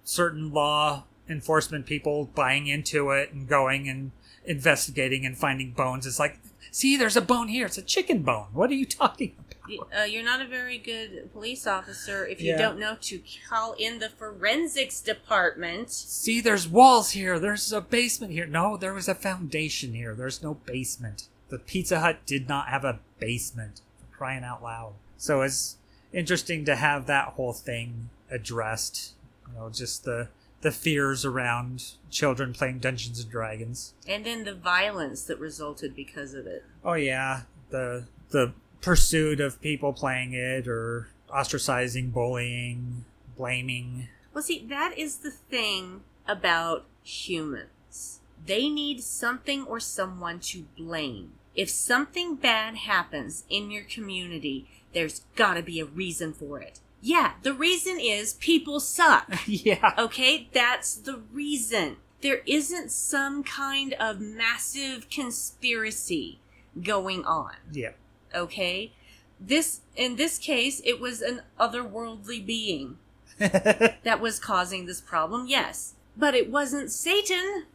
certain law enforcement people buying into it and going and investigating and finding bones. It's like, see, there's a bone here. It's a chicken bone. What are you talking about? Y- Uh, you're not a very good police officer if you Yeah. don't know to call in the forensics department. See, there's walls here. There's a basement here. No, there was a foundation here. There's no basement. The Pizza Hut did not have a basement. For crying out loud. So it's interesting to have that whole thing addressed. You know, just the the fears around children playing Dungeons and Dragons. And then the violence that resulted because of it. Oh yeah, the the pursuit of people playing it or ostracizing, bullying, blaming. Well, see, that is the thing about humans. They need something or someone to blame. If something bad happens in your community, there's gotta be a reason for it. Yeah, the reason is people suck. yeah. Okay, that's the reason. There isn't some kind of massive conspiracy going on. Yeah. Okay? This in this case it was an otherworldly being that was causing this problem, yes. But it wasn't Satan.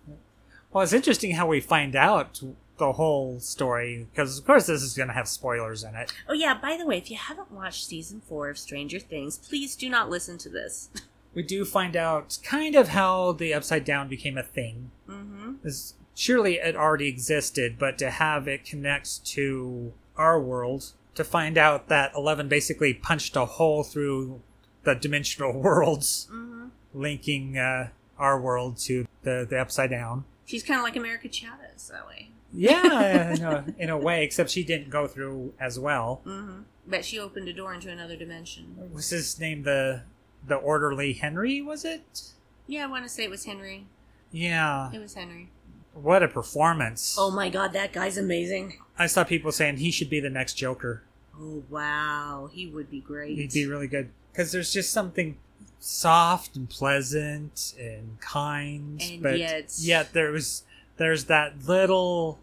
Well, it's interesting how we find out the whole story because, of course, this is going to have spoilers in it. Oh yeah, by the way, if you haven't watched season 4 of Stranger Things, please do not listen to this. We do find out kind of how the Upside Down became a thing. Mhm. It's- Surely it already existed, but to have it connect to our world, to find out that Eleven basically punched a hole through the dimensional worlds, Mhm. linking uh, our world to the, the Upside Down. She's kind of like America Chavez that way. Yeah, in a, in a way, except she didn't go through as well. Mhm. But she opened a door into another dimension. was his name the the orderly henry was it Yeah, I want to say it was Henry. yeah It was Henry. what a performance Oh my god, that guy's amazing. i saw people saying he should be the next joker Oh wow, he would be great. he'd be really good because there's just something soft and pleasant and kind And but yet- yet there was there's that little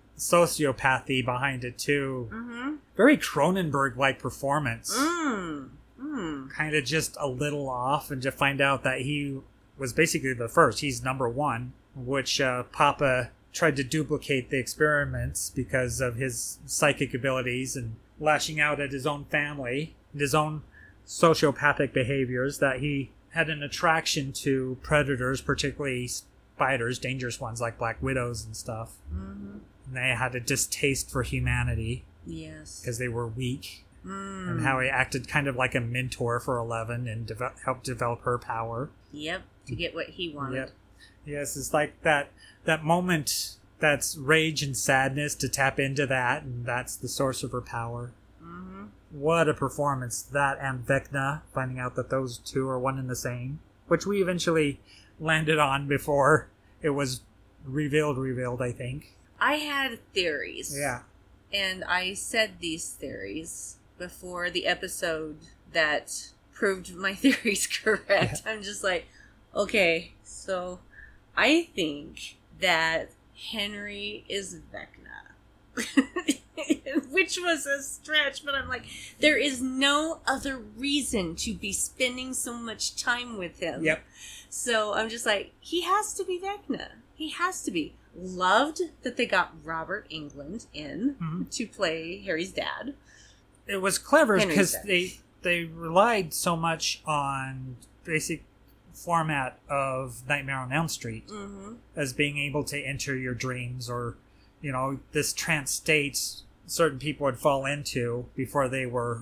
sociopathy behind it too Mm-hmm. very cronenberg like performance Mm. Mm. kind of just a little off and to find out that he was basically the first he's number one which uh, papa tried to duplicate the experiments because of his psychic abilities and lashing out at his own family and his own sociopathic behaviors that he had an attraction to predators particularly spiders dangerous ones like black widows and stuff Mm-hmm. and they had a distaste for humanity Yes. because they were weak Mm. and how he acted kind of like a mentor for Eleven and deve- helped develop her power. Yep. To get what he wanted. Yep. Yes, it's like that that moment that's rage and sadness to tap into that, and that's the source of her power. Mm-hmm. What a performance! That and Vecna finding out that those two are one and the same, which we eventually landed on before it was revealed. Revealed, I think. I had theories. Yeah. And I said these theories before the episode that proved my theories correct. I'm just like, okay, so I think that Henry is Vecna. Which was a stretch, but I'm like, there is no other reason to be spending so much time with him. Yep. So I'm just like, he has to be Vecna. He has to be. Loved that they got Robert England in Mhm. to play Harry's dad. it was clever Henry because said. they they relied so much on basic format of Nightmare on Elm Street Mm-hmm. as being able to enter your dreams or you know this trance state certain people would fall into before they were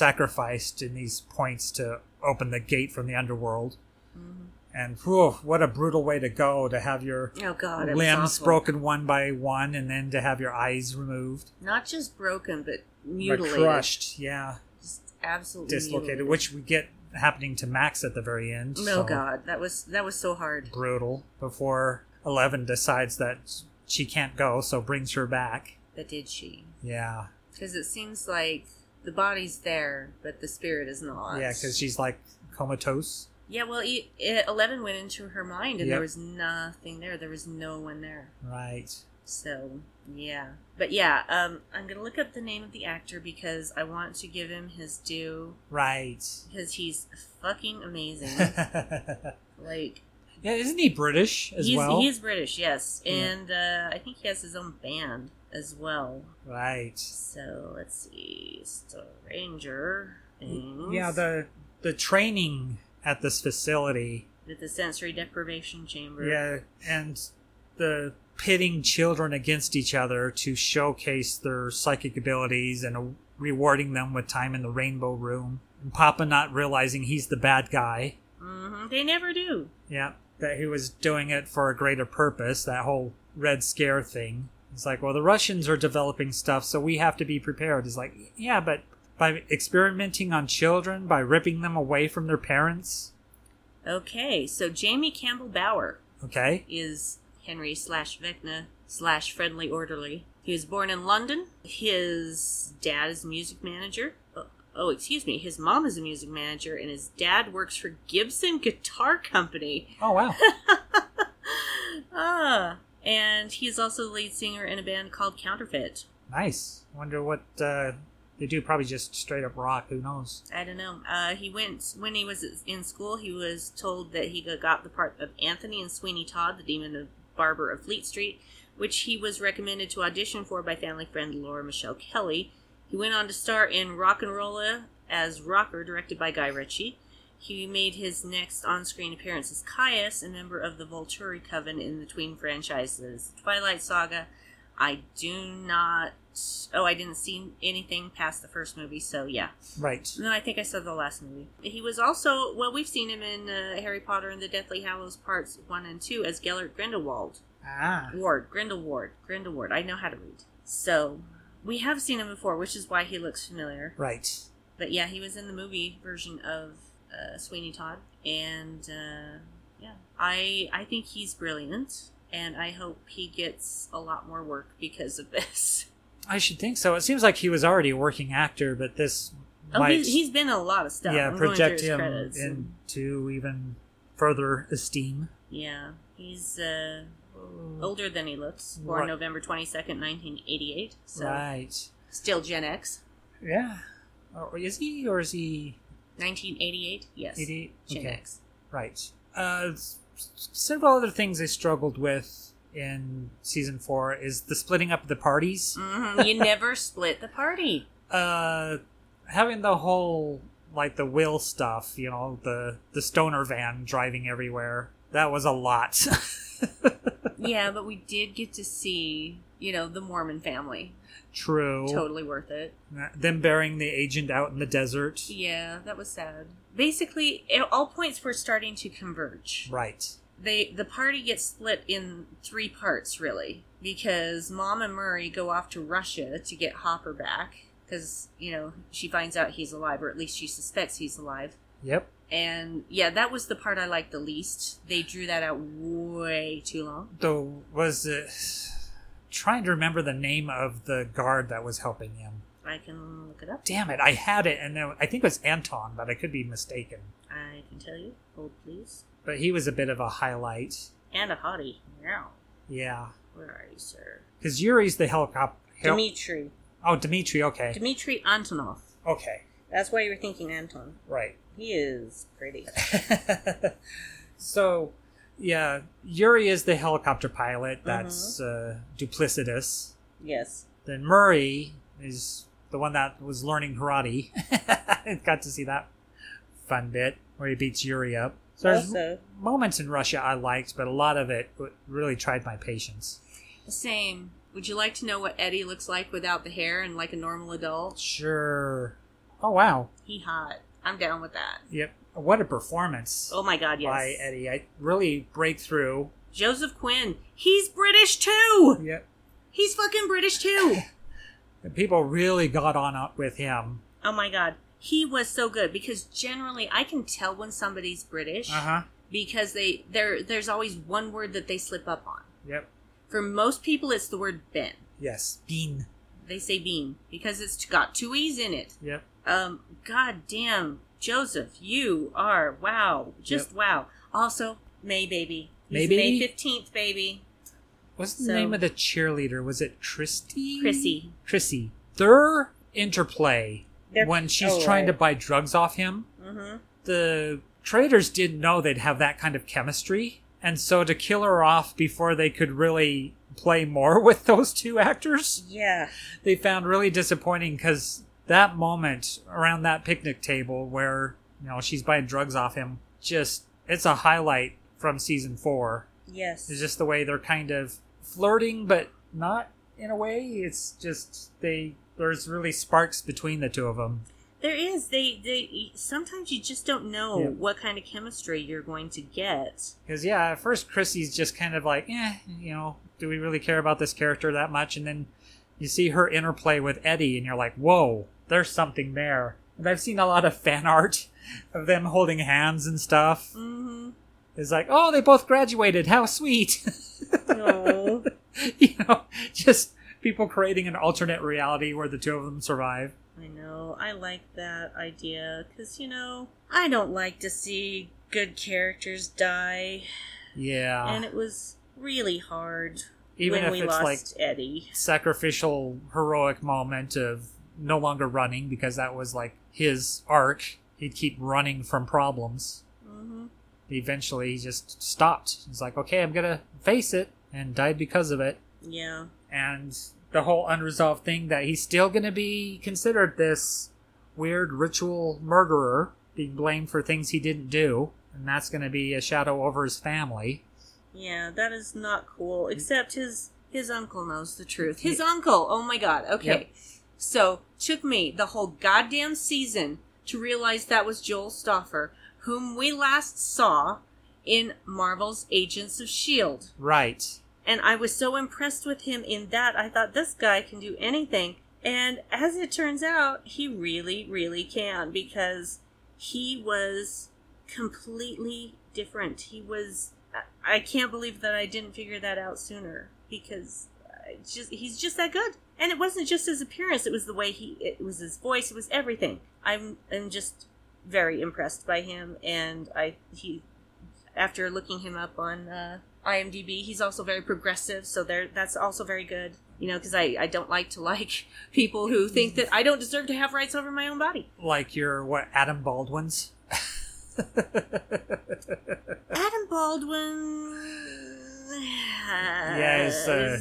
sacrificed in these points to open the gate from the underworld Mm-hmm. and whew, what a brutal way to go to have your Oh God, it was limbs awful. broken one by one and then to have your eyes removed Not just broken, but but mutilated, crushed yeah just absolutely dislocated, mutilated. which we get happening to Max at the very end. Oh so God, that was that was so hard. brutal. Before Eleven decides that she can't go, so brings her back. But did she? Yeah, Because it seems like the body's there, but the spirit is not. yeah, because she's like comatose. Yeah, well, e it, Eleven went into her mind, and Yep. there was nothing there. There was no one there. Right. So yeah, but yeah, um, I'm gonna look up the name of the actor because I want to give him his due Right. because he's fucking amazing. yeah, like isn't he British as he's well? he is British, yes, Yeah. and uh, I think he has his own band as well. Right. So let's see, Stranger Things. Yeah, the the training at this facility. with the sensory deprivation chamber. Yeah, and the pitting children against each other to showcase their psychic abilities and uh, rewarding them with time in the rainbow room. And Papa not realizing he's the bad guy. hmm they never do. Yeah, that he was doing it for a greater purpose, that whole Red Scare thing. It's like, well, the Russians are developing stuff, so we have to be prepared. It's like, yeah, but by experimenting on children, by ripping them away from their parents, Okay, so Jamie Campbell Bower okay? is Henry slash Vecna slash Friendly Orderly. He was born in London. His dad is a music manager. Oh, oh, excuse me. His mom is a music manager, and his dad works for Gibson Guitar Company. Oh wow. Ah, and he's also the lead singer in a band called Counterfeit. nice. Wonder what uh, they do. Probably just straight up rock. Who knows? I don't know. Uh, he went when he was in school. He was told that he got the part of Anthony in Sweeney Todd, the Demon of Barber of Fleet Street, which he was recommended to audition for by family friend Laura Michelle Kelly. He went on to star in Rock and Rolla as Rocker, directed by Guy Ritchie. He made his next on-screen appearance as Caius, a member of the Volturi Coven in the tween franchises Twilight Saga. I do not. Oh, I didn't see anything past the first movie, so yeah. Right. No, I think I saw the last movie. He was also well, we've seen him in uh, Harry Potter and the Deathly Hallows parts one and two as Gellert Grindelwald. Ah. Ward, Grindelward, Grindelward. I know how to read. So we have seen him before, which is why he looks familiar. Right. But yeah, he was in the movie version of uh, Sweeney Todd, and uh, yeah, I I think he's brilliant, and I hope he gets a lot more work because of this. I should think so. It seems like he was already a working actor, but this Oh, might he's, he's been in a lot of stuff. yeah I'm going through project his him credits and- into even further esteem. Yeah, he's uh, older than he looks. Born Right. November twenty second, nineteen eighty eight. So Right. still Gen X. Yeah. Or is he? Or is he? Nineteen eighty eight. Yes. 88? Gen Okay. X. Right. Uh, s- several other things I struggled with in season four is the splitting up of the parties. hmm You never split the party. Uh, having the whole like the will stuff, you know, the the stoner van driving everywhere. That was a lot. Yeah, but we did get to see you know the Mormon family. True. Totally worth it. Them burying the agent out in the desert. Yeah, that was sad. Basically, it, all points were starting to converge. Right. they the party gets split in three parts really because mom and murray go off to russia to get hopper back because you know she finds out he's alive or at least she suspects he's alive Yep. and yeah that was the part i liked the least they drew that out way too long Though was it trying to remember the name of the guard that was helping him. i can look it up Damn it, I had it and then I think it was Anton, but I could be mistaken. i can tell you hold please But he was a bit of a highlight. and a hottie now Yeah. where are you sir Cuz Yuri's the helicopter dimitri Oh, Dimitri, okay. dimitri antonov okay. that's why you were thinking anton Right. he is pretty so, yeah, Yuri is the helicopter pilot. That's Mm-hmm. uh, duplicitous. yes Then Murray is the one that was learning karate. Got to see that fun bit where he beats Yuri up. So there's Also- moments in Russia I liked, but a lot of it w- really tried my patience. Same. Would you like to know what Eddie looks like without the hair and like a normal adult? Sure. Oh wow. He hot. I'm down with that. Yep. What a performance Oh my god, yes. by Eddie. I really breakthrough. Joseph Quinn. He's British too. Yep. He's fucking British too. People really got on up with him. oh my god. He was so good because generally I can tell when somebody's British Uh huh. because they there there's always one word that they slip up on. Yep. For most people it's the word Ben. Yes. Bean. They say bean because it's got two e's in it. Yep. Um, God damn, Joseph, you are wow, just wow. Also, May baby, He's May May baby? fifteenth, baby. What's the So- name of the cheerleader? Was it Christy? Chrissy. Chrissy. Their interplay Their- when she's oh, trying to right. buy drugs off him. Mm-hmm. The traders didn't know they'd have that kind of chemistry. And so to kill her off before they could really play more with those two actors, Yeah, they found really disappointing because that moment around that picnic table where, you know, she's buying drugs off him, just, it's a highlight from season four. yes. It's just the way they're kind of flirting, but not in a way. It's just they there's really sparks between the two of them. There is. They they sometimes you just don't know Yeah. what kind of chemistry you're going to get. Because yeah, at first Chrissy's just kind of like, eh, you know, do we really care about this character that much? And then you see her interplay with Eddie, and you're like, whoa, there's something there. And I've seen a lot of fan art of them holding hands and stuff. Mm-hmm. It's like, oh, they both graduated. How sweet. No. you know, just people creating an alternate reality where the two of them survive. I know. I like that idea because, you know, I don't like to see good characters die. Yeah. and it was really hard Ah. Even when if we it's lost like Eddie. sacrificial heroic moment of no longer running because that was like his arc. He'd keep running from problems. hmm Eventually, he just stopped. He's like, okay, I'm gonna face it, and died because of it. Yeah. And the whole unresolved thing that he's still gonna be considered this weird ritual murderer, being blamed for things he didn't do, and that's gonna be a shadow over his family. Yeah, that is not cool. Except his his uncle knows the truth. His uncle. Oh my god. Okay. So took me the whole goddamn season to realize that was Joel Stoffer, whom we last saw in Marvel's Agents of Shield. Right. and I was so impressed with him in that I thought this guy can do anything. And as it turns out, he really, really can because he was completely different. He was. I- I can't believe that I didn't figure that out sooner because I just he's just that good. And it wasn't just his appearance; it was the way he, it was his voice, it was everything. I'm, I'm just very impressed by him, and I he after looking him up on uh, IMDb. He's also very progressive, so there that's also very good. You know, because I, I don't like to like people who think that I don't deserve to have rights over my own body. Like your what Adam Baldwin's. Adam Baldwin. Yeah, he's, uh,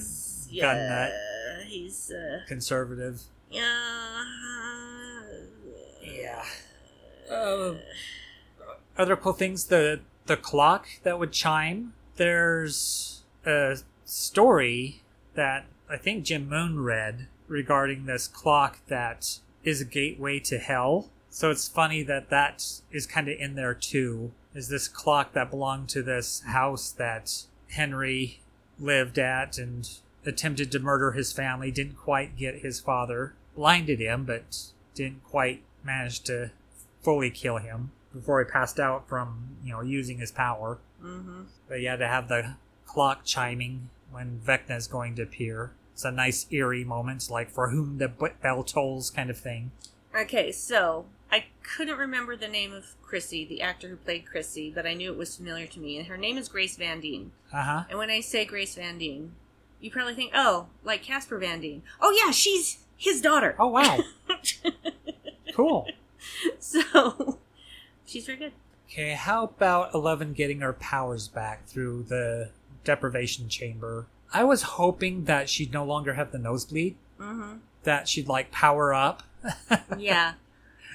gun nut. He's uh, Conservative. yeah. Yeah. Uh, other cool things the the clock that would chime. There's a story that I think Jim Moon read regarding this clock that is a gateway to hell. So it's funny that that is kind of in there too. Is this clock that belonged to this house that Henry lived at and attempted to murder his family, didn't quite get his father, blinded him, but didn't quite manage to fully kill him before he passed out from, you know, using his power. hmm But you had to have the clock chiming when Vecna's going to appear. It's a nice eerie moment, like for whom the b- bell tolls kind of thing. Okay, so I couldn't remember the name of Chrissy, the actor who played Chrissy, but I knew it was familiar to me, and her name is Grace Van Deen. Uh huh. And when I say Grace Van Deen, you probably think, oh, like Casper Van Deen. Oh, yeah, she's his daughter. Oh, wow. cool. So she's very good. Okay, how about Eleven getting her powers back through the deprivation chamber? I was hoping that she'd no longer have the nosebleed, Mm-hmm. that she'd like power up Yeah.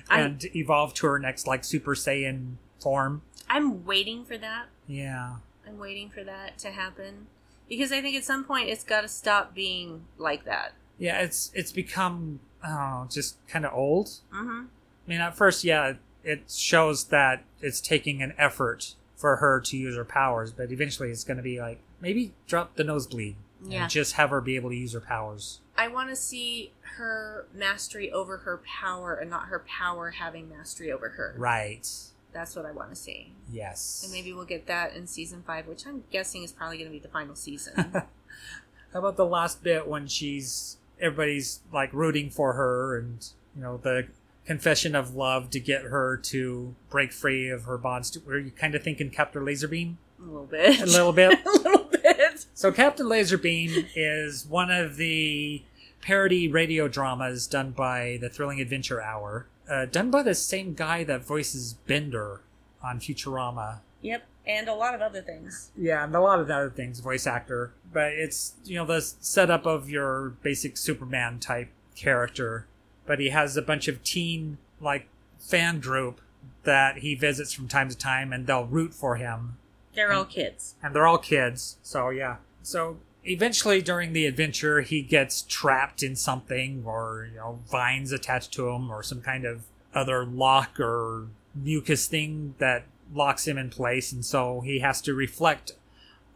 I, and evolve to her next like Super Saiyan form. I'm waiting for that. Yeah. I'm waiting for that to happen. Because I think at some point it's got to stop being like that. Yeah, it's it's become oh, just kind of old. Mm-hmm. I mean, at first, yeah, it shows that it's taking an effort for her to use her powers, but eventually it's going to be like maybe drop the nosebleed Yeah. and just have her be able to use her powers. I want to see her mastery over her power and not her power having mastery over her. Right. That's what I want to see. Yes. And maybe we'll get that in season five, which I'm guessing is probably going to be the final season. How about the last bit when she's everybody's like rooting for her and you know the confession of love to get her to break free of her bonds? To, were you kind of thinking Captain Laserbeam A little bit. a little bit? a little bit. So Captain Laserbeam is one of the parody radio dramas done by the Thrilling Adventure Hour, uh, done by the same guy that voices Bender on Futurama. Yep, and a lot of other things. Yeah, and a lot of other things, voice actor. But it's you know the s- setup of your basic Superman type character, but he has a bunch of teen like fan group that he visits from time to time, and they'll root for him They're all kids. and they're all kids. So yeah. So eventually during the adventure, he gets trapped in something, or you know, vines attached to him, or some kind of other lock or mucus thing that locks him in place, and so he has to reflect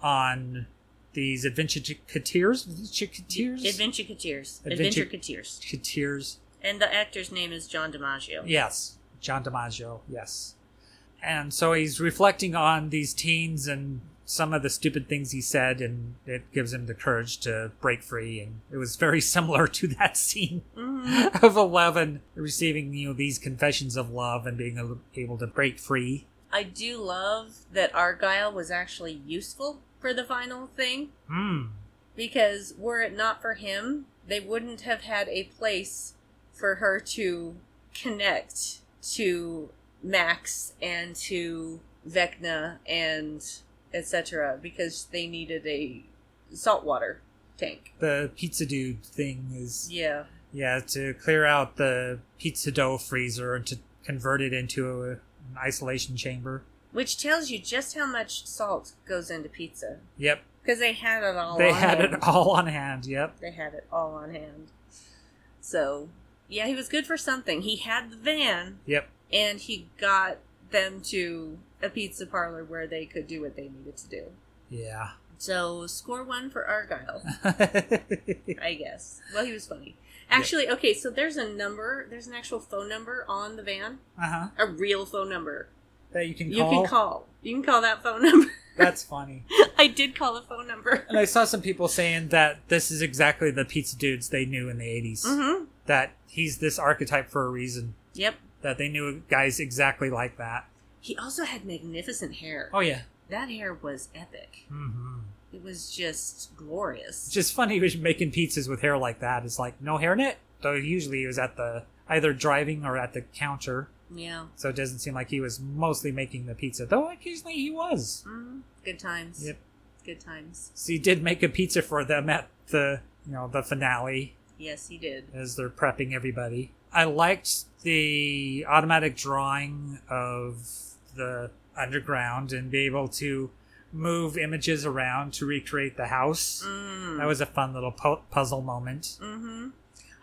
on these adventure adventureers, Adventure Kateers. Adventure- Adventure Kateers. adventureers. And the actor's name is John DiMaggio. Yes, John DiMaggio. Yes, And so he's reflecting on these teens and some of the stupid things he said, and it gives him the courage to break free. And it was very similar to that scene of Eleven receiving, you know, these confessions of love and being al- able to break free. I do love that Argyle was actually useful for the final thing Hmm. because were it not for him, they wouldn't have had a place for her to connect to Max and to Vecna and etc. because they needed a saltwater tank. The pizza dude thing is Yeah. Yeah, to clear out the pizza dough freezer and to convert it into a, an isolation chamber. Which tells you just how much salt goes into pizza. Yep. Because they had it all they on had hand. it all on hand. Yep. They had it all on hand. So, yeah, he was good for something. He had the van, Yep. and he got them to a pizza parlor where they could do what they needed to do. Yeah. So, score one for Argyle, Uh-huh. I guess. Well, he was funny. Actually, okay, so there's a number, there's an actual phone number on the van, uh-huh. a real phone number. That you can You call. can call. You can call that phone number. That's funny. I did call the phone number. And I saw some people saying that this is exactly the pizza dudes they knew in the 80s. Mm-hmm. That he's this archetype for a reason. Yep. That they knew guys exactly like that. He also had magnificent hair. Oh, yeah. That hair was epic. Mm-hmm. It was just glorious. It's just funny he was making pizzas with hair like that. It's like no hair in it. Though usually he was at the either driving or at the counter, yeah. so it doesn't seem like he was mostly making the pizza. Though occasionally he was. hmm Good times. Yep. Good times. So he did make a pizza for them at the you know the finale Yes, he did. as they're prepping everybody. I liked the automatic drawing of the underground and be able to move images around to recreate the house. Mm. That was a fun little pu- puzzle moment. hmm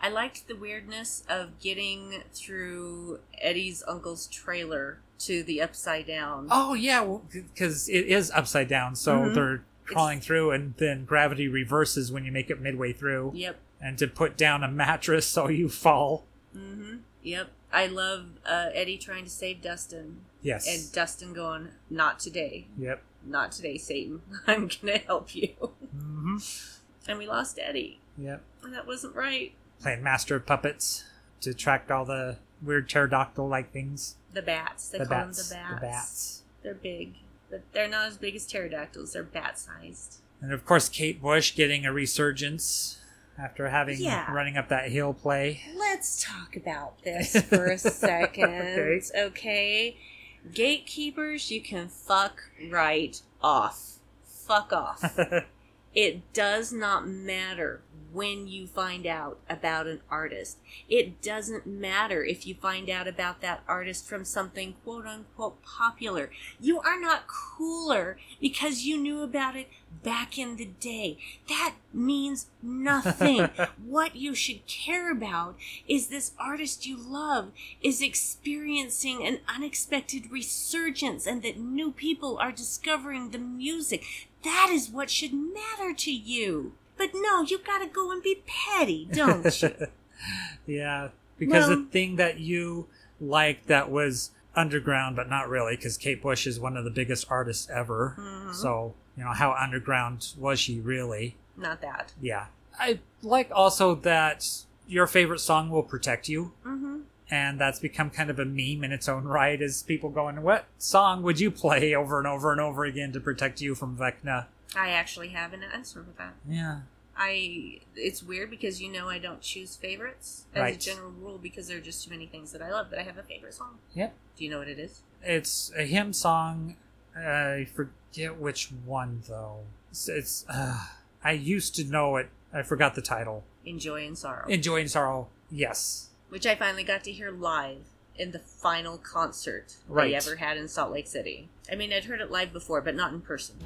I liked the weirdness of getting through Eddie's uncle's trailer to the upside down. Oh yeah, because it is upside down, so Mhm. they're crawling through, and then gravity reverses when you make it midway through. Yep. And to put down a mattress so you fall. hmm Yep. I love uh, Eddie trying to save Dustin, Yes. and Dustin going, "Not today, yep. not today, Satan. I'm gonna help you." hmm And we lost Eddie. Yep. And that wasn't right. Playing master of puppets to track all the weird pterodactyl like things. The bats. They the, call bats, them the bats. The bats. They're big, but they're not as big as pterodactyls. They're bat sized. And of course, Kate Bush getting a resurgence after having Yeah. running up that hill play. Let's talk about this for a second. okay. Gatekeepers, you can fuck right off. Fuck off. it does not matter when you find out about an artist. It doesn't matter if you find out about that artist from something quote unquote popular. You are not cooler because you knew about it back in the day. That means nothing. what you should care about is this artist you love is experiencing an unexpected resurgence and that new people are discovering the music. That is what should matter to you. But no, you gotta go and be petty, don't you? Yeah, because Well- the thing that you liked that was underground, but not really, because Kate Bush is one of the biggest artists ever. Mm-hmm. So, you know, how underground was she really? Not that. Yeah. I like also that your favorite song will protect you. Mm-hmm. And that's become kind of a meme in its own right, as people going, What song would you play over and over and over again to protect you from Vecna? I actually have an answer for that. Yeah. I it's weird because you know I don't choose favorites as a Right. general rule because there are just too many things that I love, but I have a favorite song. Yep. Do you know what it is? It's a hymn song. I forget which one though. It's, it's uh, I used to know it. I forgot the title. Enjoy and Sorrow, Enjoy and sorrow. Yes. which I finally got to hear live in the final concert Right. they ever had in Salt Lake City. I mean, I'd heard it live before, but not in person.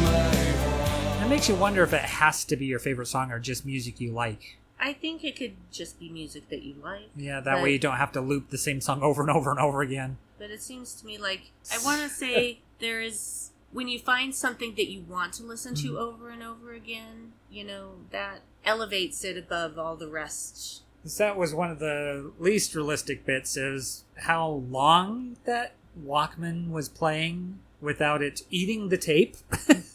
It makes you wonder if it has to be your favorite song or just music you like. I think it could just be music that you like. Yeah, that Right. way you don't have to loop the same song over and over and over again. but it seems to me like I want to say there is when you find something that you want to listen Mm-hmm. to over and over again, you know, that elevates it above all the rest. That was one of the least realistic bits is how long that Walkman was playing without it eating the tape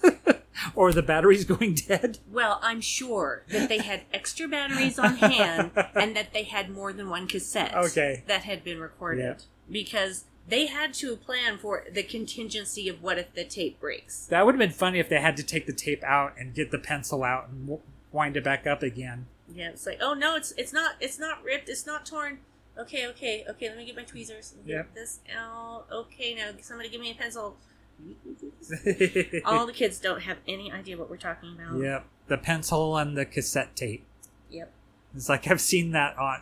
or the batteries going dead. Well, I'm sure that they had extra batteries on hand and that they had more than one cassette Okay. that had been recorded Yeah. because they had to plan for the contingency of what if the tape breaks. That would have been funny if they had to take the tape out and get the pencil out and w- wind it back up again. Yeah, it's like, oh no, it's it's not it's not ripped, it's not torn. Okay, okay, okay. Let me get my tweezers. and Get Yep. this out. Okay, now somebody give me a pencil. All the kids don't have any idea what we're talking about. Yep, the pencil and the cassette tape. Yep. It's like I've seen that on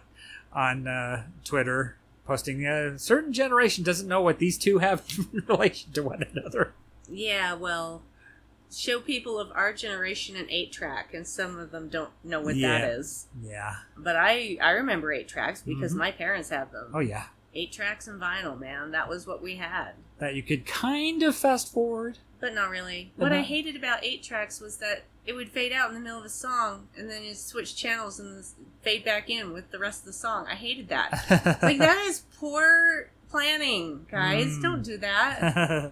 on uh, Twitter posting. A certain generation doesn't know what these two have in relation to one another. Yeah. Well, show people of our generation an eight track, and some of them don't know what Yeah. that is. Yeah. But I I remember eight tracks because Mhm. my parents had them. Oh yeah. Eight tracks and vinyl, man. That was what we had. That you could kind of fast forward. But not really. But What I not- hated about eight tracks was that it would fade out in the middle of a song, and then you switch channels and s- fade back in with the rest of the song. I hated that. like that is poor planning, guys. Mm. Don't do that.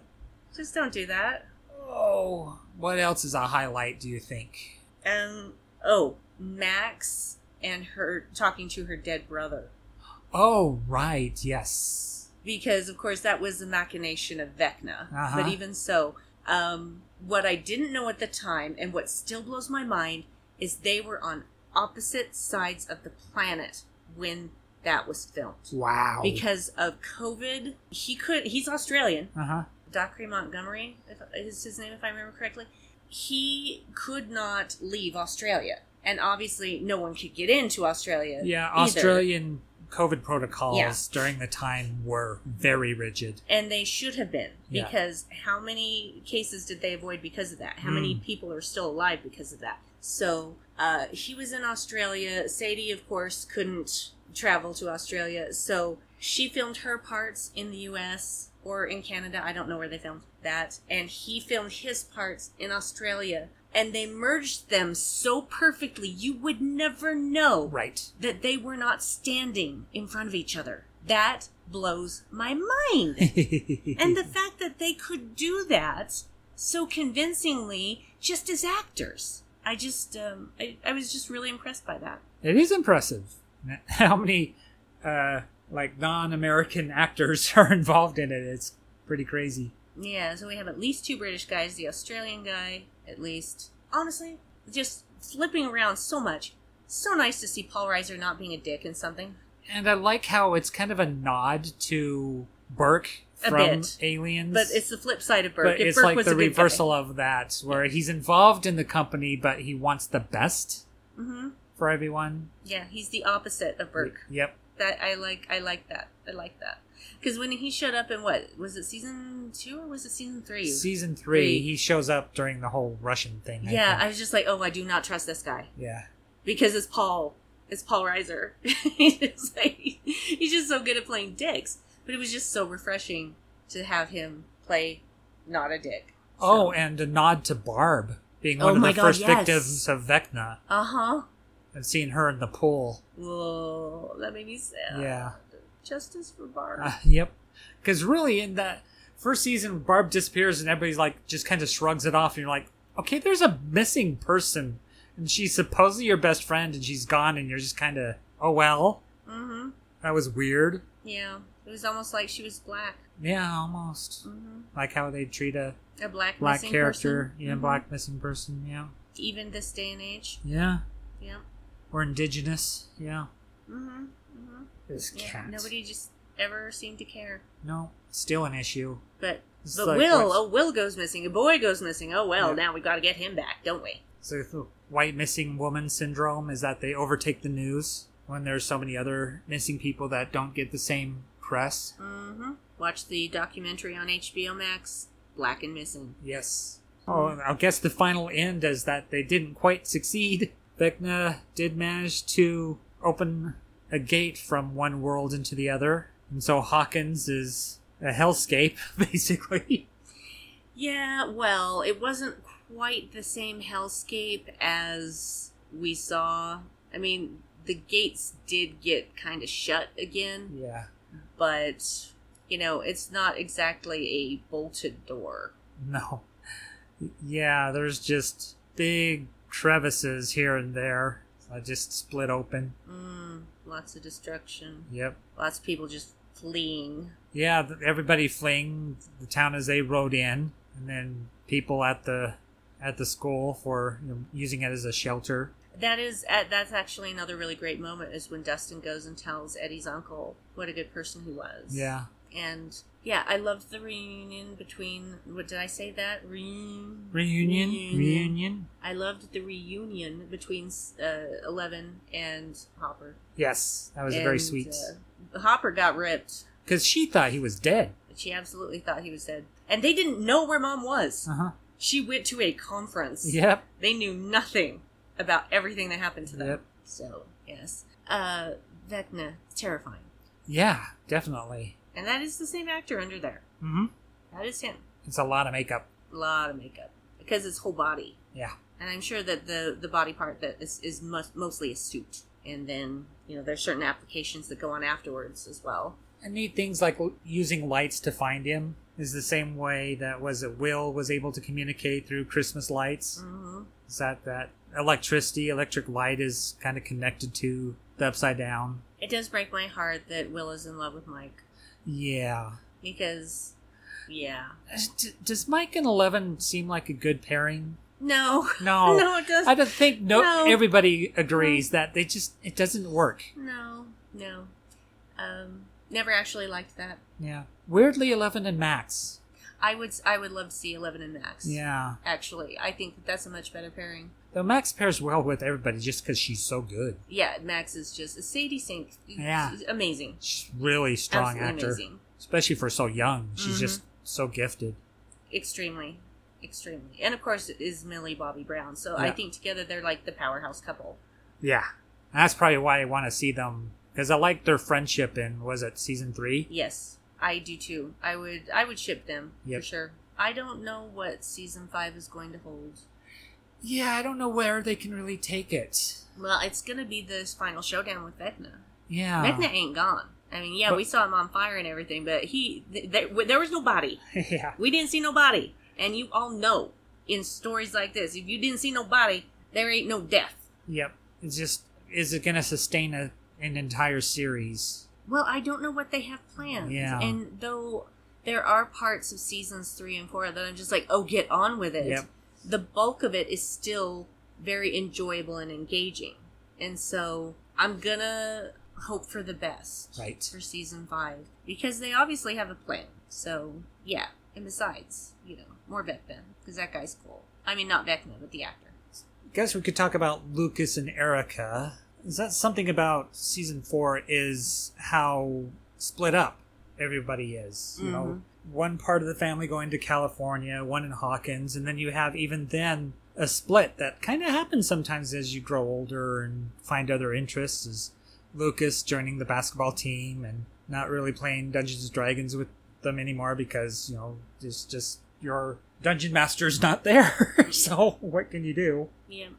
Just don't do that. oh, what else is a highlight? Do you think? Um. Oh, Max and her talking to her dead brother, Oh right, yes. because of course that was the machination of Vecna. Uh-huh. But even so, um, what I didn't know at the time, and what still blows my mind, is they were on opposite sides of the planet when that was filmed Wow. because of COVID. He could. He's Australian. uh huh. Dockery Montgomery if, is his name, if I remember correctly. He could not leave Australia, and obviously, no one could get into Australia. Yeah, either. Australian COVID protocols Yeah. during the time were very rigid. and they should have been Yeah. because how many cases did they avoid because of that how many Mm. people are still alive because of that so uh, he was in australia sadie of course couldn't travel to australia so she filmed her parts in the us or in canada i don't know where they filmed that and he filmed his parts in australia and they merged them so perfectly you would never know Right. that they were not standing in front of each other. That blows my mind. and the fact that they could do that so convincingly just as actors. I just, um, I, I was just really impressed by that. It is impressive how many uh, like non-American actors are involved in it. It's pretty crazy. Yeah, so we have at least two British guys, the Australian guy, at least. Honestly, just flipping around so much. So nice to see Paul Reiser not being a dick in something. And I like how it's kind of a nod to Burke A from bit. Aliens. But it's the flip side of Burke. But If it's Burke like was the a good guy- reversal of that, where he's involved in the company, but he wants the best Mhm. for everyone. Yeah, he's the opposite of Burke. Yep. that I like. I like that. I like that because when he showed up in what was it season two or was it season three? Season Three. three, he shows up during the whole Russian thing. I yeah, think. I was just like, oh, I do not trust this guy yeah. because it's Paul. It's Paul Reiser. he's, like, he's just so good at playing dicks, but it was just so refreshing to have him play not a dick. Oh, and a nod to Barb being Oh one of my the God, first yes. victims of Vecna. Uh huh. I've seen her in the pool. Whoa, that made me sad. Yeah. Justice for Barb. Uh, yep. Because really, in that first season, Barb disappears and everybody's like, just kind of shrugs it off, and you're like, okay, there's a missing person, and she's supposedly your best friend, and she's gone, and you're just kind of, oh well, mm-hmm. that was weird. Yeah, it was almost like she was black. Yeah, almost Mm-hmm. like how they treat a A black black missing character, person. yeah, Mhm. black missing person, yeah, Even this day and age. yeah, Yeah. or indigenous, yeah. Mm-hmm. Mm-hmm. This Yeah, cat, Nobody just ever seemed to care. no, still an issue. But It's but like Will, what's- oh Will goes missing. A boy goes missing. Oh well, Yeah. now we got to get him back, don't we? So the white missing woman syndrome is that they overtake the news when there's so many other missing people that don't get the same press. Mm-hmm. Watch the documentary on HBO Max, Black and Missing. Yes. Oh, I guess the final end is that they didn't quite succeed. Vecna did manage to open a gate from one world into the other, and so Hawkins is a hellscape, basically. Yeah, well, it wasn't quite the same hellscape as we saw. I mean, the gates did get kind of shut again, Yeah. but you know, it's not exactly a bolted door. No. Yeah, there's just big crevices here and there. I just split open. Mm, lots of destruction. Yep. Lots of people just fleeing. Yeah, th- everybody fleeing the town as they rode in, and then people at the at the school for you know, using it as a shelter. That is uh, that's actually another really great moment is when Dustin goes and tells Eddie's uncle what a good person he was. Yeah. And yeah, I loved the reunion between what did I say that? Reunion. Reunion. Reunion. I loved the reunion between uh, Eleven and Hopper. Yes, that was and, very sweet. uh, Hopper got ripped. Because she thought he was dead. She absolutely thought he was dead, and they didn't know where Mom was. Uh huh. She went to a conference. Yep. They knew nothing about everything that happened to them. Yep. So yes, uh, Vecna, terrifying, Yeah, definitely. and that is the same actor under there. Mm-hmm. That is him. It's a lot of makeup. A lot of makeup because it's whole body. Yeah. and I'm sure that the the body part that is is most, mostly a suit, and then you know there's certain applications that go on afterwards as well. And neat things like l- using lights to find him is the same way that was it Will was able to communicate through Christmas lights. Mm-hmm. Is that that electricity, electric light is kind of connected to the upside down? It does break my heart that Will is in love with Mike Yeah. because, yeah, Uh, D- does Mike and Eleven seem like a good pairing? no, No. no, it does, Oh. I don't think no, Mm. No. everybody agrees that they just it doesn't work. no, no, um, never actually liked that. Yeah. Weirdly Eleven and Max. I would I would love to see Eleven and Max. Yeah. actually, I think that that's a much better pairing. Though Max pairs well with everybody just because she's so good. Yeah, Max is just Sadie Sink. Yeah. amazing, She's really strong Absolutely actor. amazing. especially for so young. She's Mhm. just so gifted. extremely extremely and of course it is millie bobby brown so i Yeah. think together they're like the powerhouse couple Yeah, and that's probably why I want to see them because I liked their friendship in was it season three? yes i do too i would i would ship them Yep. for sure i don't know what season five is going to hold Yeah, I don't know where they can really take it. well it's gonna be this final showdown with vecna Yeah, vecna ain't gone i mean yeah we saw him on fire and everything but he th- there, there was no body yeah, we didn't see nobody and you all know in stories like this if you didn't see nobody there ain't no death yep. It's just is it going to sustain a, an entire series? Well, I don't know what they have planned. Yeah. And though there are parts of seasons three and four that I'm just like, oh, get on with it. Yep. The bulk of it is still very enjoyable and engaging. And so I'm going to hope for the best Right. for season five because they obviously have a plan. So, yeah. And besides, you know, more Vecna because that guy's cool. I mean, not Vecna, but the actor. guess we could talk about Lucas and Erica. Is that something about season four? Is how split up everybody is. You know, one part of the family going to California, one in Hawkins, and then you have even then a split that kind of happens sometimes as you grow older and find other interests. Is Lucas joining the basketball team and not really playing Dungeons and Dragons with them anymore because you know it's just your dungeon master's not there. so what can you do? Yeah.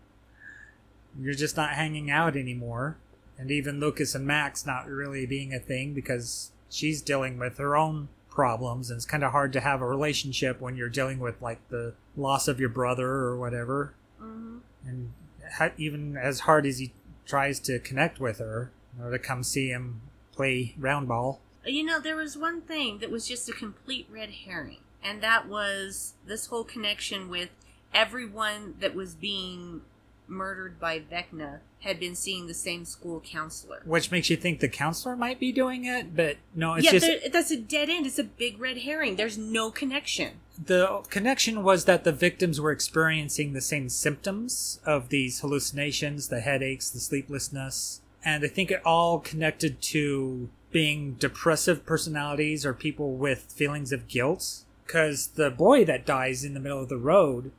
you're just not hanging out anymore. And even Lucas and Max not really being a thing because she's dealing with her own problems and it's kind of hard to have a relationship when you're dealing with like the loss of your brother or whatever. hmm And ha- even as hard as he tries to connect with her or to come see him play round ball. You know, there was one thing that was just a complete red herring, and that was this whole connection with everyone that was being murdered by Vecna had been seeing the same school counselor. Which makes you think the counselor might be doing it, but no, it's yeah, just there, that's a dead end. It's a big red herring. There's no connection. the connection was that the victims were experiencing the same symptoms of these hallucinations, the headaches, the sleeplessness, and I think it all connected to being depressive personalities or people with feelings of guilt. Because the boy that dies in the middle of the road,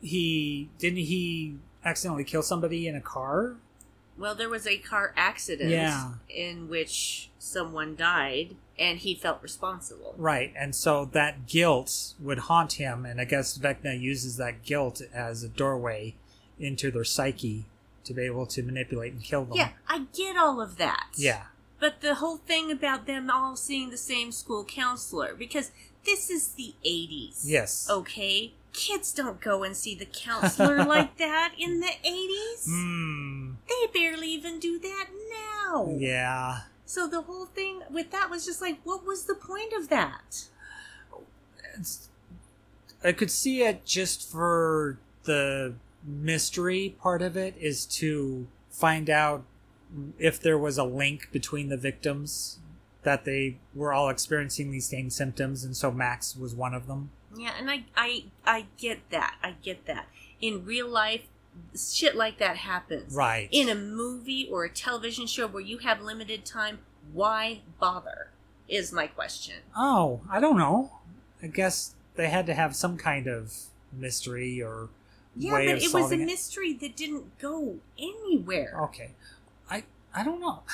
he didn't he accidentally kill somebody in a car? Well, there was a car accident Yeah. in which someone died, and he felt responsible. Right, and so that guilt would haunt him, and I guess Vecna uses that guilt as a doorway into their psyche to be able to manipulate and kill them. Yeah, I get all of that. Yeah. But the whole thing about them all seeing the same school counselor, because this is the 80s. Yes. Oh. Okay? Kids don't go and see the counselor like that in the 80s. Hmm. They barely even do that now. Yeah. So the whole thing with that was just like, what was the point of that? It's, I could see it just for the mystery part of it is to find out if there was a link between the victims that they were all experiencing these same symptoms, and so Max was one of them. Yeah, and I, I, I get that. I get that. In real life, shit like that happens. Right. In a movie or a television show where you have limited time, why bother? Is my question. Oh, I don't know. I guess they had to have some kind of mystery or Yeah, way but of it was a solving it. Oh. mystery that didn't go anywhere. Okay, I I don't know.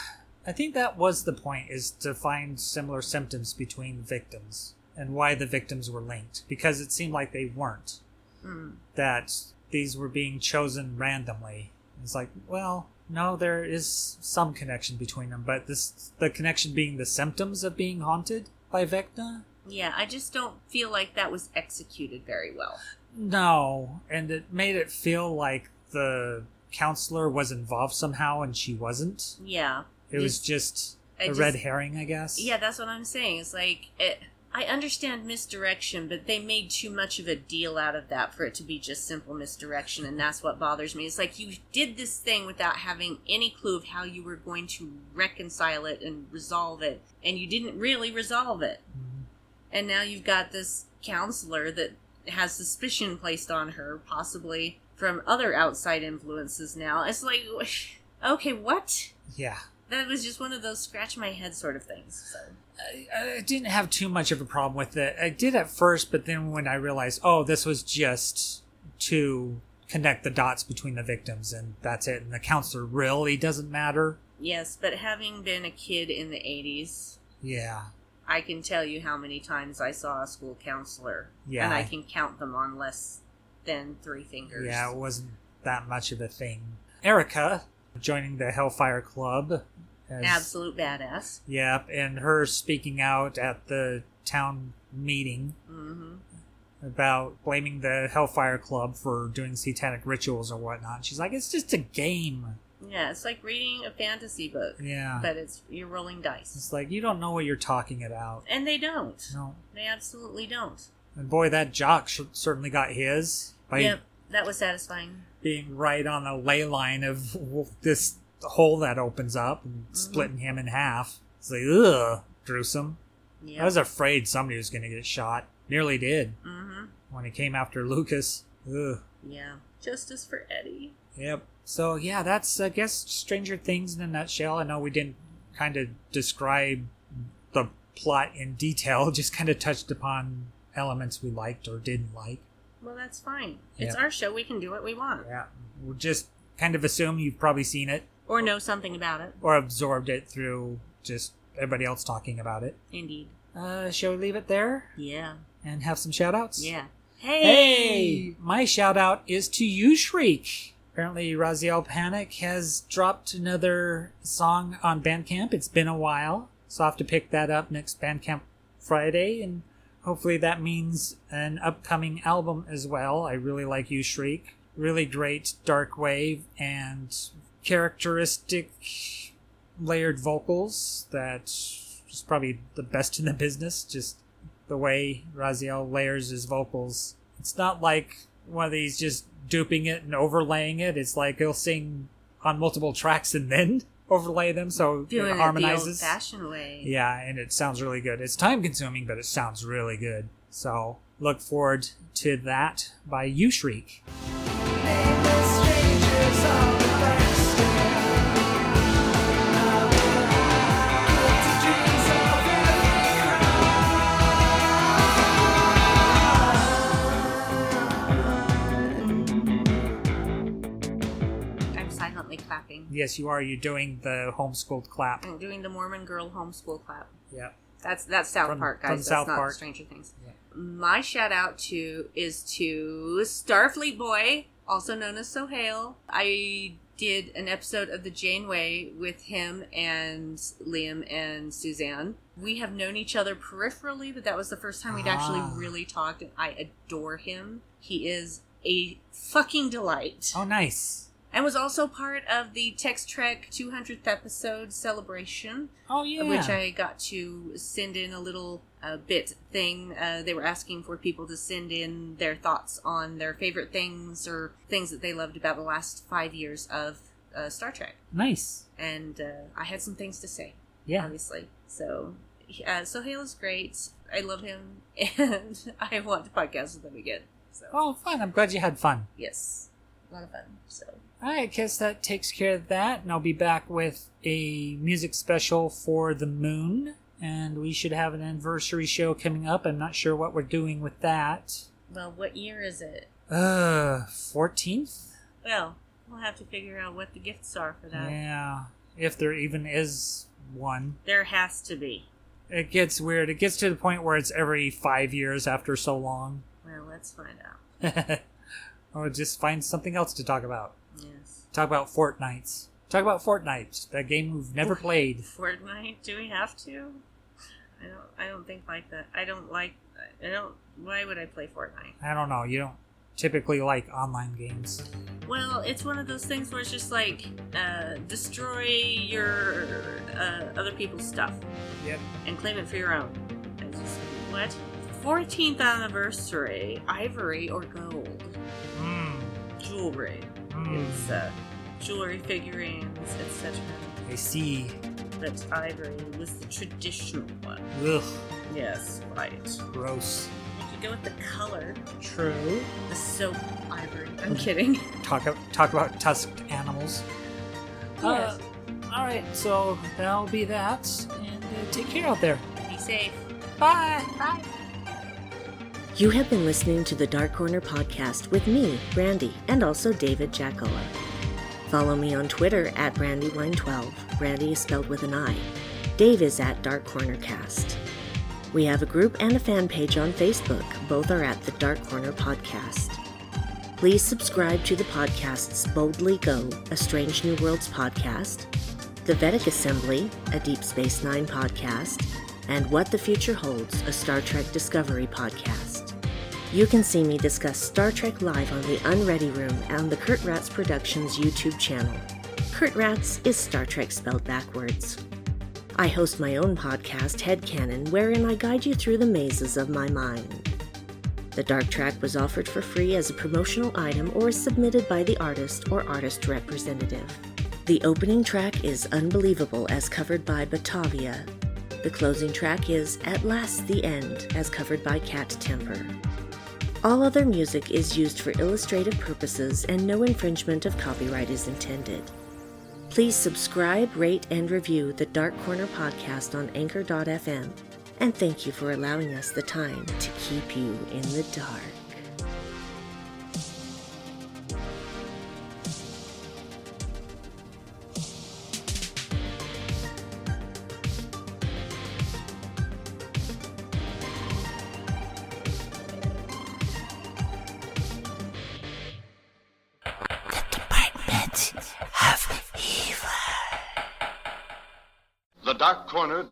I think that was the point: is to find similar symptoms between victims and why the victims were linked, because it seemed like they weren't. Mm. That these were being chosen randomly. It's like, well, no, there is some connection between them, but this the connection being the symptoms of being haunted by Vecna. Yeah, I just don't feel like that was executed very well. No, and it made it feel like the counselor was involved somehow and she wasn't. Yeah. It was Just- just I a just- red herring, I guess. Yeah, that's what I'm saying. It's like it, I understand misdirection, but they made too much of a deal out of that for it to be just simple misdirection, and that's what bothers me. It's like you did this thing without having any clue of how you were going to reconcile it and resolve it, and you didn't really resolve it. Mhm. And now you've got this counselor that has suspicion placed on her, possibly from other outside influences now. It's like, okay, what? Yeah. That was just one of those scratch my head sort of things. So. I, I didn't have too much of a problem with it. I did at first, but then when I realized, oh, this was just to connect the dots between the victims and that's it, and the counselor really doesn't matter. Yes, but having been a kid in the 80s, Yeah. I can tell you how many times I saw a school counselor. Yeah, And I I- can count them on less than three fingers. Yeah, it wasn't that much of a thing. Erica joining the Hellfire Club. as- Absolute badass. Yep, and her speaking out at the town meeting hmm about blaming the Hellfire Club for doing satanic rituals or whatnot. She's like, it's just a game. Yeah, it's like reading a fantasy book, Yeah. but it's you're rolling dice. it's like, you don't know what you're talking about. And they don't. No. They absolutely don't. And boy, that jock sh- certainly got his by yep, that was satisfying. being right on a ley line of this hole that opens up and Mm-hmm. splitting him in half. It's like, ugh, gruesome. Yeah. I was afraid somebody was going to get shot. Nearly did hmm when he came after Lucas. Ugh. Yeah. Justice for Eddie. Yep. So yeah, that's I guess Stranger Things in a nutshell. I know we didn't kind of describe the plot in detail, just kind of touched upon elements we liked or didn't like. Well, that's fine. It's Yeah. our show. We can do what we want. Yeah. We'll just kind of assume you've probably seen it Or know something about it. or absorbed it through just everybody else talking about it. Indeed. Uh, shall we leave it there Yeah. and have some shout outs? Yeah. Hey! My shout out is to you, Shriek. Apparently, Raziel Panic has dropped another song on Bandcamp. It's been a while, so I'll have to pick that up next Bandcamp Friday, and hopefully that means an upcoming album as well. I really like you, Shriek. Really great dark wave and characteristic layered vocals that is probably the best in the business. Just the way Raziel layers his vocals. It's not like one of these just duping it and overlaying it. It's like he'll sing on multiple tracks and then overlay them so Doing it it harmonizes. the old-fashioned way. yeah, and it sounds really good. It's time consuming, but it sounds really good. So look forward to that by You Shriek. I'm silently clapping. Yes, you are. You're doing the homeschooled clap. I'm doing the Mormon girl homeschool clap. Yeah. That's that's South From- Park, guys. from that's South not Park. Stranger Things. Yeah. My shout out to is to Starfleet Boy, also known as Sohail. I did an episode of the Janeway with him and Liam and Suzanne. We have known each other peripherally, but that was the first time we'd Ah. actually really talked. And I adore him. He is a fucking delight Oh, nice. and was also part of the Tex Trek 200th episode celebration, Oh, yeah. which I got to send in a little uh, bit thing. Uh, they were asking for people to send in their thoughts on their favorite things or things that they loved about the last five years of uh, Star Trek, nice. and uh, I had some things to say, Yeah. obviously. So, uh, so Hale is great. I love him, and I want to podcast with him again. So, Oh, fun. I'm glad you had fun. yes, a lot of fun. So. All right, I guess that takes care of that, and I'll be back with a music special for the moon. And we should have an anniversary show coming up. I'm not sure what we're doing with that. Well, what year is it? Uh, 14th? Well, we'll have to figure out what the gifts are for that. Yeah, if there even is one. There has to be. It gets weird. It gets to the point where it's every five years after so long. Well, let's find out. or just find something else to talk about. Yes. Talk about Fortnites. Talk about Fortnites, that game we've never played. Fortnite? Do we have to? I don't. I don't think like that. I don't like. I don't. Why would I play Fortnite? I don't know. You don't typically like online games. Well, it's one of those things where it's just like uh, destroy your uh, other people's stuff Yep. and claim it for your own. It's just, what? 14th anniversary, ivory or gold? Mm, Jewelry. mm, It's uh, jewelry figurines, etc. I see. But ivory was the traditional one. Ugh, Yes, right. gross. You could go with the color, True. the soap ivory. I'm kidding. Talk, ab- talk about tusked animals. Uh, all right, so that'll be that. And uh, take care out there. Be safe. Bye. Bye. You have been listening to the Dark Corner podcast with me, Brandy, and also David Jackola. Follow me on Twitter at Brandywine12. Brandy is spelled with an I. Dave is at Dark Corner Cast. We have a group and a fan page on Facebook. Both are at the Dark Corner Podcast. Please subscribe to the podcasts Boldly Go, a Strange New Worlds podcast, The Vedic Assembly, a Deep Space Nine podcast, and What the Future Holds, a Star Trek Discovery podcast. You can see me discuss Star Trek live on the Unready Room and the Kurt Ratz Productions YouTube channel. Kurt Ratz is Star Trek spelled backwards. I host my own podcast, Headcanon, wherein I guide you through the mazes of my mind. The dark track was offered for free as a promotional item or is submitted by the artist or artist representative. The opening track is Unbelievable as covered by Batavia. The closing track is At Last the End as covered by Cat Temper. All other music is used for illustrative purposes and no infringement of copyright is intended. Please subscribe, rate, and review the Dark Corner podcast on anchor.fm. And thank you for allowing us the time to keep you in the dark. The Dark Corner